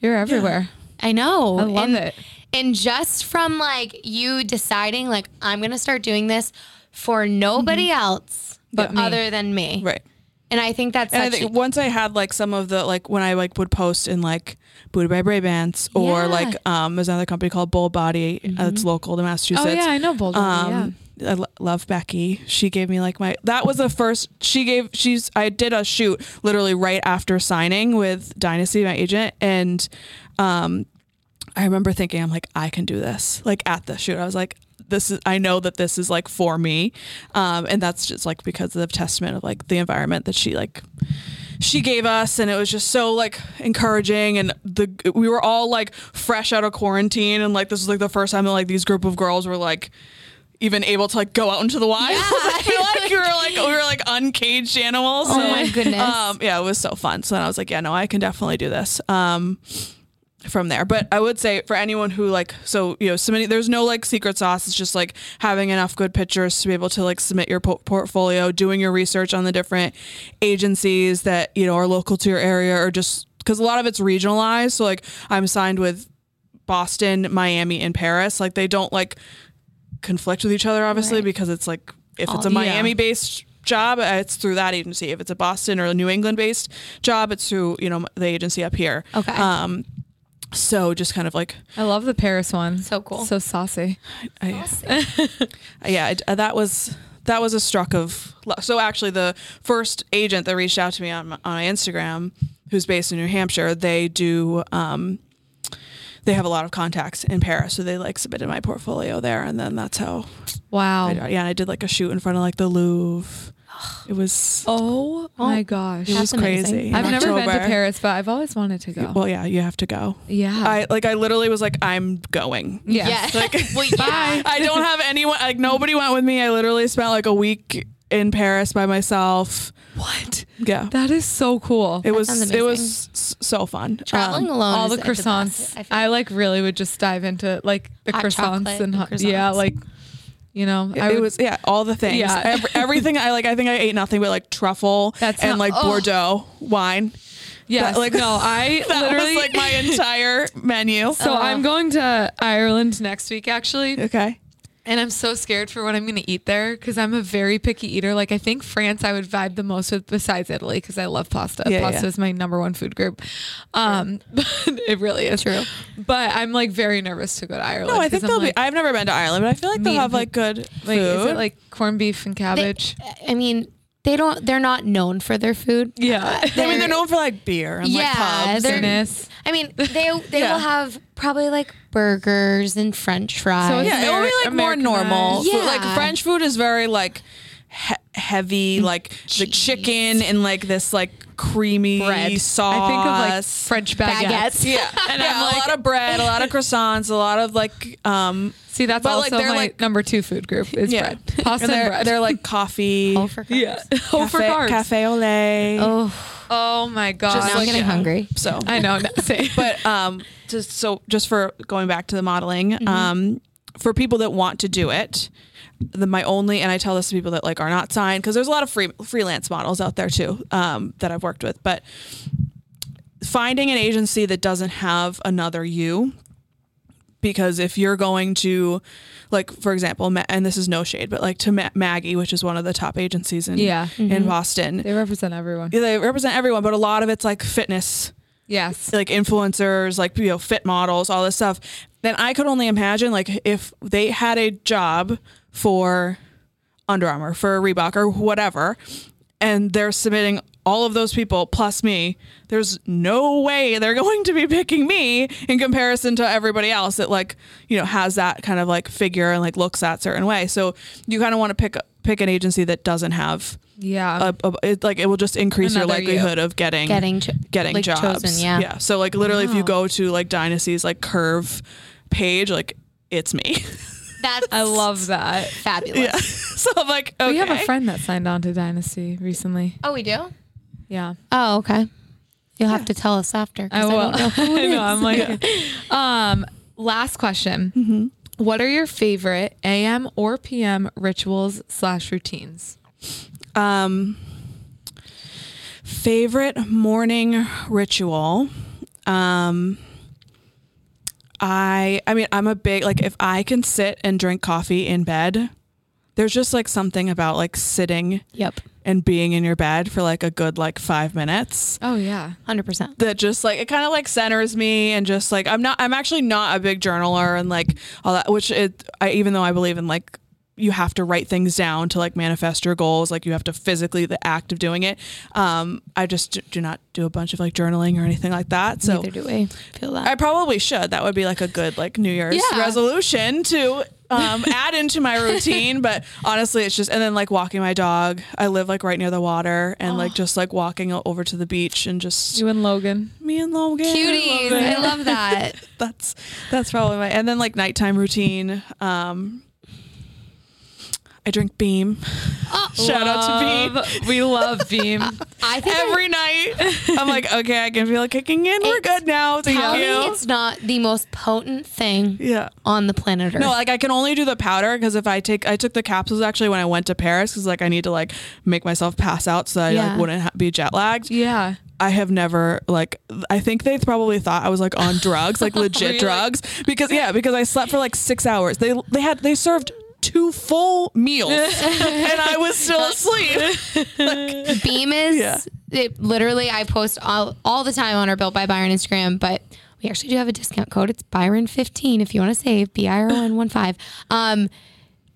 [SPEAKER 1] You're everywhere.
[SPEAKER 2] I know.
[SPEAKER 1] I love
[SPEAKER 2] and,
[SPEAKER 1] it.
[SPEAKER 2] And just from like you deciding, like, I'm going to start doing this for nobody else Mm-hmm. but
[SPEAKER 1] But me.
[SPEAKER 2] other than me.
[SPEAKER 3] Right.
[SPEAKER 2] And I think that's
[SPEAKER 3] And I
[SPEAKER 2] such
[SPEAKER 3] think once I had like some of the like when I like would post in like Booty by Brabants or
[SPEAKER 2] Yeah.
[SPEAKER 3] like um there's another company called Bold Body uh, that's local to Massachusetts.
[SPEAKER 1] Oh yeah, I know Boulder.
[SPEAKER 3] Um, I lo- love Becky. She gave me like my that was the first she gave she's I did a shoot literally right after signing with Dynasty my agent and um I remember thinking I'm like I can do this. Like at the shoot I was like this is I know that this is like for me. Um and that's just like because of the testament of like the environment that she like she gave us and it was just so like encouraging and the we were all like fresh out of quarantine and like this was like the first time that like these group of girls were like even able to like go out into the wild. [LAUGHS] I feel like we were like we were like uncaged animals.
[SPEAKER 2] Oh my goodness.
[SPEAKER 3] Um, yeah, it was so fun. So then I was like, yeah, no, I can definitely do this. Um, from there, but I would say for anyone who like, so you know, submitting there's no like secret sauce. It's just like having enough good pictures to be able to like submit your po- portfolio, doing your research on the different agencies that you know are local to your area, or just because a lot of it's regionalized. So like, I'm signed with Boston, Miami, and Paris. Like they don't like conflict with each other, obviously, because it's like if it's a
[SPEAKER 2] yeah.
[SPEAKER 3] Miami based job, uh, it's through that agency. If it's a Boston or a New England based job, it's through you know the agency up here.
[SPEAKER 2] Okay.
[SPEAKER 3] Um, so just kind of like
[SPEAKER 1] I love the Paris one.
[SPEAKER 2] So cool.
[SPEAKER 1] So saucy.
[SPEAKER 3] I, [LAUGHS] yeah, I, that was that was a struck of lu- so actually the first agent that reached out to me on my, on my Instagram, who's based in New Hampshire, they do um, they have a lot of contacts in Paris, so they like submitted my portfolio there, and then that's how
[SPEAKER 1] Wow.
[SPEAKER 3] I, yeah, I did like a shoot in front of like the Louvre. It was
[SPEAKER 1] Oh my gosh.
[SPEAKER 3] it was
[SPEAKER 2] That's amazing.
[SPEAKER 3] crazy. in
[SPEAKER 1] I've never been to
[SPEAKER 3] October.
[SPEAKER 1] Paris, but I've always wanted to go.
[SPEAKER 3] Well, yeah, you have to go.
[SPEAKER 1] Yeah.
[SPEAKER 3] I like I literally was like I'm going.
[SPEAKER 1] yes.
[SPEAKER 2] [LAUGHS] Yeah. well, yeah.
[SPEAKER 3] I don't have anyone. Like nobody went with me. I literally spent like a week in Paris by myself.
[SPEAKER 1] What?
[SPEAKER 3] Yeah,
[SPEAKER 1] That is so cool.
[SPEAKER 3] it was
[SPEAKER 2] sounds
[SPEAKER 3] it was
[SPEAKER 2] amazing.
[SPEAKER 3] s- so fun.
[SPEAKER 2] Traveling
[SPEAKER 3] Um,
[SPEAKER 2] alone.
[SPEAKER 1] all the
[SPEAKER 2] is like best.
[SPEAKER 1] croissants.
[SPEAKER 2] I
[SPEAKER 1] I,
[SPEAKER 2] feel
[SPEAKER 1] like really would just dive into like the
[SPEAKER 2] Hot chocolate,
[SPEAKER 1] croissants and
[SPEAKER 2] the
[SPEAKER 1] hot, yeah,
[SPEAKER 2] croissants.
[SPEAKER 1] like you know, I
[SPEAKER 3] it
[SPEAKER 1] would,
[SPEAKER 3] was yeah, all the things.
[SPEAKER 1] Yeah. [LAUGHS]
[SPEAKER 3] Ev- everything I like. I think I ate nothing but like truffle
[SPEAKER 1] That's
[SPEAKER 3] and
[SPEAKER 1] not-
[SPEAKER 3] like
[SPEAKER 1] oh.
[SPEAKER 3] Bordeaux wine. [LAUGHS]
[SPEAKER 1] yes,
[SPEAKER 3] that, like-
[SPEAKER 1] like no, I
[SPEAKER 3] [LAUGHS] That
[SPEAKER 1] literally
[SPEAKER 3] was like my entire menu.
[SPEAKER 1] So I'm going to Ireland next week actually,
[SPEAKER 3] okay.
[SPEAKER 1] and I'm so scared for what I'm going to eat there because I'm a very picky eater. Like I think France I would vibe the most with besides Italy because I love pasta.
[SPEAKER 3] Yeah,
[SPEAKER 1] pasta
[SPEAKER 3] yeah.
[SPEAKER 1] is my number one food group. Um, [LAUGHS] but it really is
[SPEAKER 2] True.
[SPEAKER 1] But I'm like very nervous to go to Ireland.
[SPEAKER 3] No, I
[SPEAKER 1] 'cause
[SPEAKER 3] think
[SPEAKER 1] I'm
[SPEAKER 3] they'll
[SPEAKER 1] like,
[SPEAKER 3] be. I've never been to Ireland, but I feel like they'll
[SPEAKER 1] Meat and
[SPEAKER 3] have like good
[SPEAKER 1] Wait, is
[SPEAKER 3] food.
[SPEAKER 1] it like corned beef and cabbage?
[SPEAKER 2] I mean, they don't. They're not known for their food. Uh,
[SPEAKER 1] yeah.
[SPEAKER 3] [LAUGHS] I mean,
[SPEAKER 2] they're-
[SPEAKER 3] they're known for like beer and
[SPEAKER 2] Yeah,
[SPEAKER 3] like pubs.
[SPEAKER 2] they're-
[SPEAKER 3] and-
[SPEAKER 1] Dennis.
[SPEAKER 2] I mean, they they
[SPEAKER 3] Yeah.
[SPEAKER 2] will have probably like burgers and French
[SPEAKER 1] it's-
[SPEAKER 2] fries.
[SPEAKER 3] Yeah, it would be like more
[SPEAKER 1] Americanized.
[SPEAKER 3] normal. food. Like
[SPEAKER 2] Yeah.
[SPEAKER 3] French food is very like he- heavy, like the chicken and like this like creamy
[SPEAKER 2] Bread.
[SPEAKER 3] sauce.
[SPEAKER 1] I think of like French baguettes.
[SPEAKER 2] [LAUGHS] baguettes.
[SPEAKER 3] yeah,
[SPEAKER 1] And
[SPEAKER 3] yeah,
[SPEAKER 1] I'm like-
[SPEAKER 3] a lot of bread, a
[SPEAKER 1] [LAUGHS]
[SPEAKER 3] lot of croissants, a lot of like um
[SPEAKER 1] See, that's
[SPEAKER 3] But, like,
[SPEAKER 1] also
[SPEAKER 3] they're,
[SPEAKER 1] my
[SPEAKER 3] like-
[SPEAKER 1] number two food group is
[SPEAKER 3] yeah,
[SPEAKER 1] bread, pasta and,
[SPEAKER 3] they're,
[SPEAKER 1] bread.
[SPEAKER 3] They're like coffee.
[SPEAKER 2] All for carbs.
[SPEAKER 1] yeah, oh for
[SPEAKER 3] [LAUGHS] cafe-
[SPEAKER 1] carbs.
[SPEAKER 3] cafe au lait.
[SPEAKER 2] Oh,
[SPEAKER 1] Oh my god,
[SPEAKER 2] now I'm
[SPEAKER 3] like, Mm-hmm.
[SPEAKER 2] getting
[SPEAKER 3] yeah.
[SPEAKER 2] hungry.
[SPEAKER 3] So
[SPEAKER 1] I know. [LAUGHS] No, same.
[SPEAKER 3] but um just so just for going back to the modeling um for people that want to do it the my only and i tell this to people that like are not signed because there's a lot of free freelance models out there too um that i've worked with but finding an agency that doesn't have another you because if you're going to like for example Ma- and this is no shade but like to Ma- maggie which is one of the top agencies in
[SPEAKER 1] Yeah.
[SPEAKER 3] in boston
[SPEAKER 1] they represent everyone.
[SPEAKER 3] they represent everyone but a lot of it's like fitness
[SPEAKER 1] Yes.
[SPEAKER 3] like influencers, like you know, fit models, all this stuff, then I could only imagine like if they had a job for Under Armour, for Reebok or whatever, and they're submitting all of those people plus me, there's no way they're [LAUGHS] going to be picking me in comparison to everybody else that like, you know, has that kind of like figure and like looks that certain way. So you kind of want to pick pick an agency that doesn't have
[SPEAKER 1] Yeah.
[SPEAKER 3] a, a it, like it will just increase your
[SPEAKER 1] Another you.
[SPEAKER 3] likelihood of getting
[SPEAKER 2] Getting cho-
[SPEAKER 3] getting
[SPEAKER 2] like,
[SPEAKER 3] jobs.
[SPEAKER 2] chosen, yeah.
[SPEAKER 3] So like literally, if you go to like Dynasty's like curve page, like it's me. [LAUGHS]
[SPEAKER 2] that's
[SPEAKER 1] I love that.
[SPEAKER 2] [LAUGHS] fabulous.
[SPEAKER 3] yeah. So I'm like, okay.
[SPEAKER 1] We have a friend that signed on to Dynasty recently.
[SPEAKER 2] Oh, we do.
[SPEAKER 1] Yeah.
[SPEAKER 2] Oh, okay. You'll have to tell us after. 'cause
[SPEAKER 1] I will.
[SPEAKER 2] don't
[SPEAKER 1] [LAUGHS]
[SPEAKER 2] know who it
[SPEAKER 1] I
[SPEAKER 2] is.
[SPEAKER 1] know. I'm like, [LAUGHS] um, last question. What are your favorite AM or PM rituals slash routines?
[SPEAKER 3] um, favorite morning ritual. Um, I I mean I'm a big like if I can sit and drink coffee in bed, there's just like something about like sitting
[SPEAKER 2] Yep,
[SPEAKER 3] and being in your bed for like a good like five minutes
[SPEAKER 1] Oh yeah.
[SPEAKER 2] hundred percent.
[SPEAKER 3] that just like it kind of like centers me and just like I'm not I'm actually not a big journaler and like all that which it I even though I believe in like you have to write things down to like manifest your goals. Like you have to physically the act of doing it. Um, I just d- do not do a bunch of like journaling or anything like that. So
[SPEAKER 2] Neither do we feel that.
[SPEAKER 3] I probably should. That would be like a good like New Year's
[SPEAKER 1] Yeah.
[SPEAKER 3] resolution to um, add into my routine. But honestly, it's just and then like walking my dog. I live like right near the water and like just like walking o- over to the beach and just
[SPEAKER 1] You and Logan.
[SPEAKER 3] me and Logan.
[SPEAKER 2] Cuties.
[SPEAKER 3] Logan.
[SPEAKER 2] I
[SPEAKER 3] [LAUGHS]
[SPEAKER 2] love that.
[SPEAKER 3] That's that's probably my and then like nighttime routine. Um, I drink Beam. Shout out to Beam.
[SPEAKER 1] Love- Um, We love Beam.
[SPEAKER 2] Oh, I think I-
[SPEAKER 3] Every night, I'm like, okay, I can feel it kicking in. We're
[SPEAKER 2] It's-
[SPEAKER 3] good now. Thank
[SPEAKER 2] tell me
[SPEAKER 3] you.
[SPEAKER 2] it's not the most potent thing
[SPEAKER 3] Yeah.
[SPEAKER 2] on the planet Earth.
[SPEAKER 3] No, like I can only do the powder because if I take, I took the capsules actually when I went to Paris because like I need to like make myself pass out so I
[SPEAKER 2] Yeah.
[SPEAKER 3] like wouldn't ha- be jet
[SPEAKER 1] [LAUGHS]
[SPEAKER 3] lagged.
[SPEAKER 1] yeah.
[SPEAKER 3] I have never like I think they probably thought I was
[SPEAKER 1] [LAUGHS]
[SPEAKER 3] like on drugs, like legit
[SPEAKER 1] Really?
[SPEAKER 3] drugs, because yeah, because I slept for like six hours. They they had they served two full
[SPEAKER 1] [LAUGHS]
[SPEAKER 3] meals and I was still asleep. [LAUGHS]
[SPEAKER 2] Beam is
[SPEAKER 3] Yeah.
[SPEAKER 2] it, literally I post all, all the time on our Built by Byron Instagram, but we actually do have a discount code. It's Byron fifteen if you want to save B I R O N
[SPEAKER 3] [SIGHS]
[SPEAKER 2] one five. Um,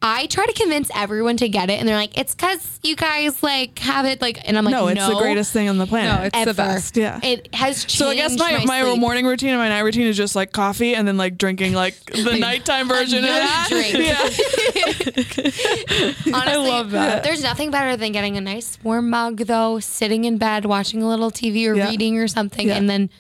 [SPEAKER 2] I try to convince everyone to get it, and they're like, "It's because you guys like have it like," and I'm like, "No,
[SPEAKER 3] No, it's the greatest thing on the planet.
[SPEAKER 1] No, it's
[SPEAKER 2] ever.
[SPEAKER 1] the best.
[SPEAKER 3] yeah.
[SPEAKER 2] It has changed.
[SPEAKER 3] so I guess my, my,
[SPEAKER 2] sleep.
[SPEAKER 3] morning routine and my night routine is just like coffee and then like drinking like
[SPEAKER 1] [LAUGHS]
[SPEAKER 3] the nighttime version of
[SPEAKER 2] Another
[SPEAKER 3] that. [LAUGHS]
[SPEAKER 2] drink.
[SPEAKER 3] Yeah.
[SPEAKER 2] Honestly,
[SPEAKER 1] love that.
[SPEAKER 2] There's nothing better than getting a nice warm mug, though, sitting in bed, watching a little TV or
[SPEAKER 3] Yeah.
[SPEAKER 2] reading or something,
[SPEAKER 3] Yeah.
[SPEAKER 2] and then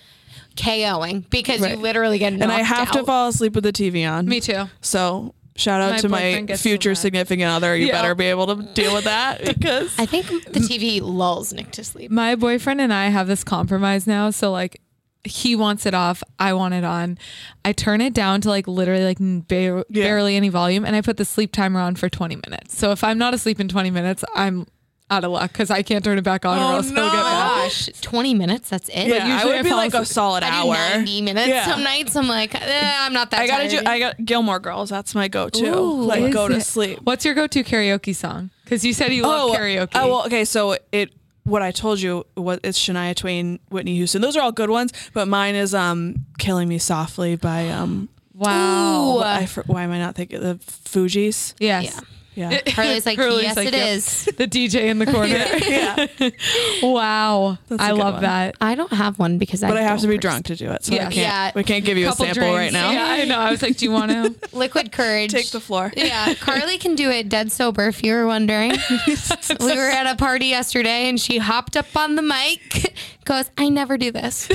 [SPEAKER 2] KOing because you
[SPEAKER 3] Right.
[SPEAKER 2] literally get knocked
[SPEAKER 3] and I have to
[SPEAKER 2] out.
[SPEAKER 3] fall asleep with the TV on.
[SPEAKER 1] Me too.
[SPEAKER 3] So shout out
[SPEAKER 1] My
[SPEAKER 3] to my
[SPEAKER 1] boyfriend gets so
[SPEAKER 3] future
[SPEAKER 1] mad.
[SPEAKER 3] significant other. You
[SPEAKER 1] Yeah.
[SPEAKER 3] better be able to deal with
[SPEAKER 1] [LAUGHS]
[SPEAKER 3] that because
[SPEAKER 2] I think the TV lulls Nick to sleep.
[SPEAKER 1] My boyfriend and I have this compromise now. So like he wants it off, I want it on. I turn it down to like literally like n- bar-
[SPEAKER 3] Yeah.
[SPEAKER 1] barely any volume and I put the sleep timer on for 20 minutes. So if I'm not asleep in 20 minutes, I'm out of luck because I can't turn it back on or
[SPEAKER 3] Oh,
[SPEAKER 1] else he'll get
[SPEAKER 3] no.
[SPEAKER 1] mad.
[SPEAKER 2] Gosh, 20 minutes, that's it.
[SPEAKER 1] Yeah.
[SPEAKER 3] yeah, I
[SPEAKER 1] usually
[SPEAKER 3] would
[SPEAKER 1] I
[SPEAKER 3] be
[SPEAKER 1] fall
[SPEAKER 3] like a
[SPEAKER 1] asleep.
[SPEAKER 3] solid
[SPEAKER 2] I do
[SPEAKER 3] hour.
[SPEAKER 2] 90 minutes
[SPEAKER 3] Yeah.
[SPEAKER 2] some nights. I'm like, eh, I'm not that
[SPEAKER 3] I gotta do.
[SPEAKER 2] tired.
[SPEAKER 3] I got Gilmore Girls. That's my go-to.
[SPEAKER 1] Ooh,
[SPEAKER 3] like
[SPEAKER 1] is
[SPEAKER 3] go to
[SPEAKER 1] it?
[SPEAKER 3] sleep.
[SPEAKER 1] What's your go-to karaoke song? Because you said you love karaoke.
[SPEAKER 3] Oh, well, okay. So it. What I told you what it's Shania Twain, Whitney Houston. Those are all good ones, but mine is um "Killing Me Softly" by um. oh,
[SPEAKER 1] wow.
[SPEAKER 2] Ooh. uh,
[SPEAKER 3] I fr- why am I not thinking the Fugees?
[SPEAKER 1] Yes.
[SPEAKER 2] [LAUGHS]
[SPEAKER 3] Yeah,
[SPEAKER 2] Harley's like,
[SPEAKER 1] Hurley's
[SPEAKER 2] yes,
[SPEAKER 1] like,
[SPEAKER 2] it
[SPEAKER 1] yep.
[SPEAKER 2] is.
[SPEAKER 1] The DJ in the [LAUGHS] corner.
[SPEAKER 3] yeah.
[SPEAKER 1] wow.
[SPEAKER 3] a
[SPEAKER 1] I
[SPEAKER 3] good
[SPEAKER 1] love
[SPEAKER 3] one.
[SPEAKER 1] that.
[SPEAKER 2] I don't have one because I
[SPEAKER 3] But I have to
[SPEAKER 2] don't
[SPEAKER 3] be
[SPEAKER 2] pers-
[SPEAKER 3] drunk to do it. So I
[SPEAKER 1] Yeah.
[SPEAKER 3] can't,
[SPEAKER 2] Yeah.
[SPEAKER 3] we can't give you a sample right now.
[SPEAKER 1] Yeah, I know. I was like, do you want to?
[SPEAKER 2] Liquid courage.
[SPEAKER 3] Take the floor.
[SPEAKER 2] Yeah, Carly can do it dead sober if you
[SPEAKER 1] [LAUGHS]
[SPEAKER 2] were wondering. we were at a party yesterday and she hopped up on the mic, goes, I never do this.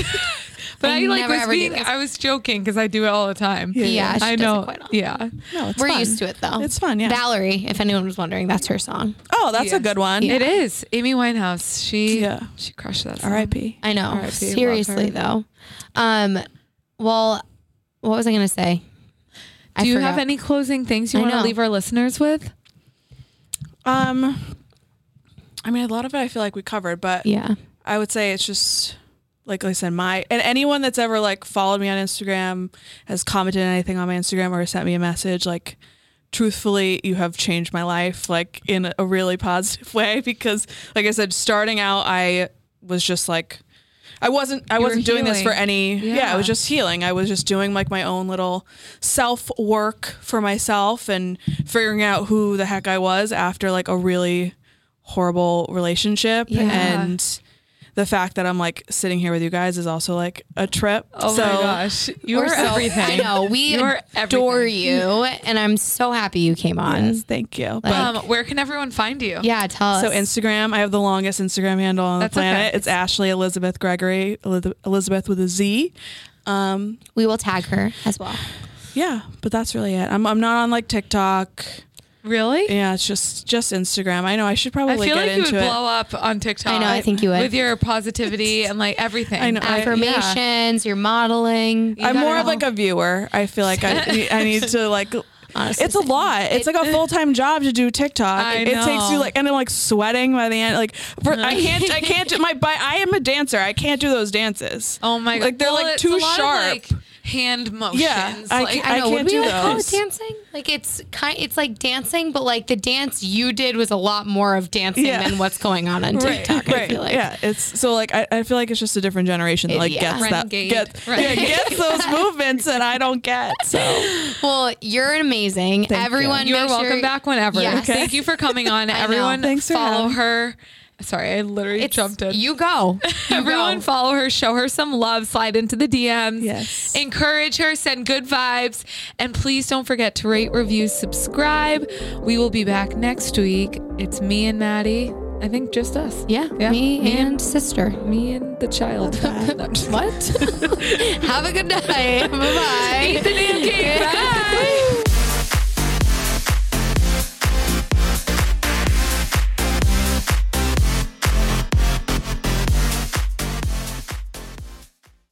[SPEAKER 1] But
[SPEAKER 2] I
[SPEAKER 1] I, like
[SPEAKER 2] never
[SPEAKER 1] was
[SPEAKER 2] ever do
[SPEAKER 1] being,
[SPEAKER 2] this.
[SPEAKER 1] I was joking because I do it all the time.
[SPEAKER 2] Yeah, she
[SPEAKER 1] I
[SPEAKER 2] does it
[SPEAKER 1] know.
[SPEAKER 2] quite often.
[SPEAKER 1] yeah.
[SPEAKER 3] No, it's
[SPEAKER 2] we're
[SPEAKER 3] fun.
[SPEAKER 2] used to it though.
[SPEAKER 3] It's fun, yeah.
[SPEAKER 2] Valerie, if anyone was wondering, that's her song.
[SPEAKER 3] Oh, that's
[SPEAKER 1] Yeah.
[SPEAKER 3] a good one.
[SPEAKER 1] It is. Amy Winehouse. She
[SPEAKER 3] Yeah.
[SPEAKER 1] she crushed that. song.
[SPEAKER 3] R.I.P.
[SPEAKER 2] I know.
[SPEAKER 1] RIP, love
[SPEAKER 2] Seriously
[SPEAKER 1] her.
[SPEAKER 2] though. Um well, what was I gonna say? I
[SPEAKER 1] Do you
[SPEAKER 2] forgot.
[SPEAKER 1] have any closing things you
[SPEAKER 2] I
[SPEAKER 1] want to
[SPEAKER 2] know.
[SPEAKER 1] leave our listeners with?
[SPEAKER 3] Um, I mean, a lot of it I feel like we covered, but
[SPEAKER 2] Yeah.
[SPEAKER 3] I would say it's just like I said, my and anyone that's ever like followed me on Instagram has commented on anything on my Instagram or sent me a message like. Truthfully, you have changed my life like in a really positive [LAUGHS] way because, like I said, starting out, I was just like, I wasn't, I
[SPEAKER 1] were
[SPEAKER 3] wasn't doing this for
[SPEAKER 1] healing.
[SPEAKER 3] any. Yeah.
[SPEAKER 1] Yeah.
[SPEAKER 3] I was just healing. I was just doing like my own little self work for myself and figuring out who the heck I was after like a really horrible relationship
[SPEAKER 2] Yeah.
[SPEAKER 3] and the fact that I'm like sitting here with you guys is also like a trip.
[SPEAKER 1] Oh
[SPEAKER 3] so
[SPEAKER 1] my gosh. You
[SPEAKER 2] We're
[SPEAKER 1] are
[SPEAKER 2] so-
[SPEAKER 1] everything. [LAUGHS]
[SPEAKER 2] I know. We
[SPEAKER 1] You are
[SPEAKER 2] adore
[SPEAKER 1] everything.
[SPEAKER 2] you and I'm so happy you came on.
[SPEAKER 3] yes, thank you.
[SPEAKER 2] Like-
[SPEAKER 1] Um, where can everyone find you?
[SPEAKER 2] Yeah, tell us.
[SPEAKER 3] so Instagram, I have the longest Instagram handle on
[SPEAKER 1] That's
[SPEAKER 3] the planet.
[SPEAKER 1] okay.
[SPEAKER 3] It's Ashley Elizabeth Gregory, Eliz- Elizabeth with a Z. Um,
[SPEAKER 2] we will tag her as well.
[SPEAKER 3] yeah, but that's really it. I'm, I'm not on like TikTok.
[SPEAKER 1] Really?
[SPEAKER 3] Yeah, it's just just Instagram. I know I should
[SPEAKER 1] I
[SPEAKER 3] probably
[SPEAKER 1] feel
[SPEAKER 3] get
[SPEAKER 1] like you would
[SPEAKER 3] into it.
[SPEAKER 1] blow up on TikTok.
[SPEAKER 2] I know, I think you would.
[SPEAKER 1] With your positivity and like everything.
[SPEAKER 3] I know. I-
[SPEAKER 2] affirmations, your modeling.
[SPEAKER 1] You
[SPEAKER 3] I'm
[SPEAKER 1] gotta
[SPEAKER 3] more of
[SPEAKER 1] know.
[SPEAKER 3] like a viewer. I feel like
[SPEAKER 1] [LAUGHS]
[SPEAKER 3] I, I need to like.
[SPEAKER 2] Honestly,
[SPEAKER 3] it's a lot. It's like a full time job to do TikTok.
[SPEAKER 1] I
[SPEAKER 3] it takes you
[SPEAKER 1] know.
[SPEAKER 3] like, and I'm like sweating by the end. Like, for, I can't, I can't do my. bi- I am a dancer. I can't do those dances.
[SPEAKER 1] Oh my god!
[SPEAKER 3] Like they're
[SPEAKER 1] Well,
[SPEAKER 3] like
[SPEAKER 1] it's
[SPEAKER 3] too
[SPEAKER 1] a lot of,
[SPEAKER 3] sharp.
[SPEAKER 1] like, hand motions.
[SPEAKER 3] I
[SPEAKER 1] like,
[SPEAKER 3] ca- I
[SPEAKER 2] would
[SPEAKER 3] can't
[SPEAKER 2] we
[SPEAKER 3] do
[SPEAKER 2] like call it
[SPEAKER 3] those.
[SPEAKER 2] dancing? Like it's kind, it's like dancing, but like the dance you did was a lot more of dancing
[SPEAKER 3] Yeah.
[SPEAKER 2] than what's going on
[SPEAKER 3] [LAUGHS]
[SPEAKER 2] on TikTok. I feel like.
[SPEAKER 3] Yeah, it's so like I, I feel like it's just a different generation that like
[SPEAKER 2] Yeah.
[SPEAKER 3] gets that
[SPEAKER 1] Renegade.
[SPEAKER 3] get, yeah,
[SPEAKER 1] Renegade.
[SPEAKER 3] gets those movements and I don't get.
[SPEAKER 1] [LAUGHS]
[SPEAKER 3] So
[SPEAKER 2] Well, you're amazing. Everyone,
[SPEAKER 1] You're
[SPEAKER 2] make sure-
[SPEAKER 1] welcome back whenever.
[SPEAKER 2] Yes.
[SPEAKER 1] Thank you for coming
[SPEAKER 2] [LAUGHS]
[SPEAKER 1] on. Everyone,
[SPEAKER 3] Thanks for
[SPEAKER 1] follow
[SPEAKER 3] having-
[SPEAKER 1] her. Sorry, I literally
[SPEAKER 2] It's-
[SPEAKER 1] jumped in.
[SPEAKER 2] You go.
[SPEAKER 1] [LAUGHS]
[SPEAKER 2] You
[SPEAKER 1] Everyone,
[SPEAKER 2] go.
[SPEAKER 1] follow her, show her some love, slide into the DMs,
[SPEAKER 3] Yes.
[SPEAKER 1] encourage her, send good vibes, and please don't forget to rate, review, subscribe. We will be back next week. It's me and Maddie. I think just us.
[SPEAKER 2] Yeah, me, and
[SPEAKER 1] [LAUGHS]
[SPEAKER 2] sister.
[SPEAKER 1] me and the child. [LAUGHS]
[SPEAKER 2] [LAUGHS]
[SPEAKER 1] No, I'm just- [LAUGHS]
[SPEAKER 2] What? Have a good night. Bye bye. [LAUGHS]
[SPEAKER 1] Eat the damn cake. Bye.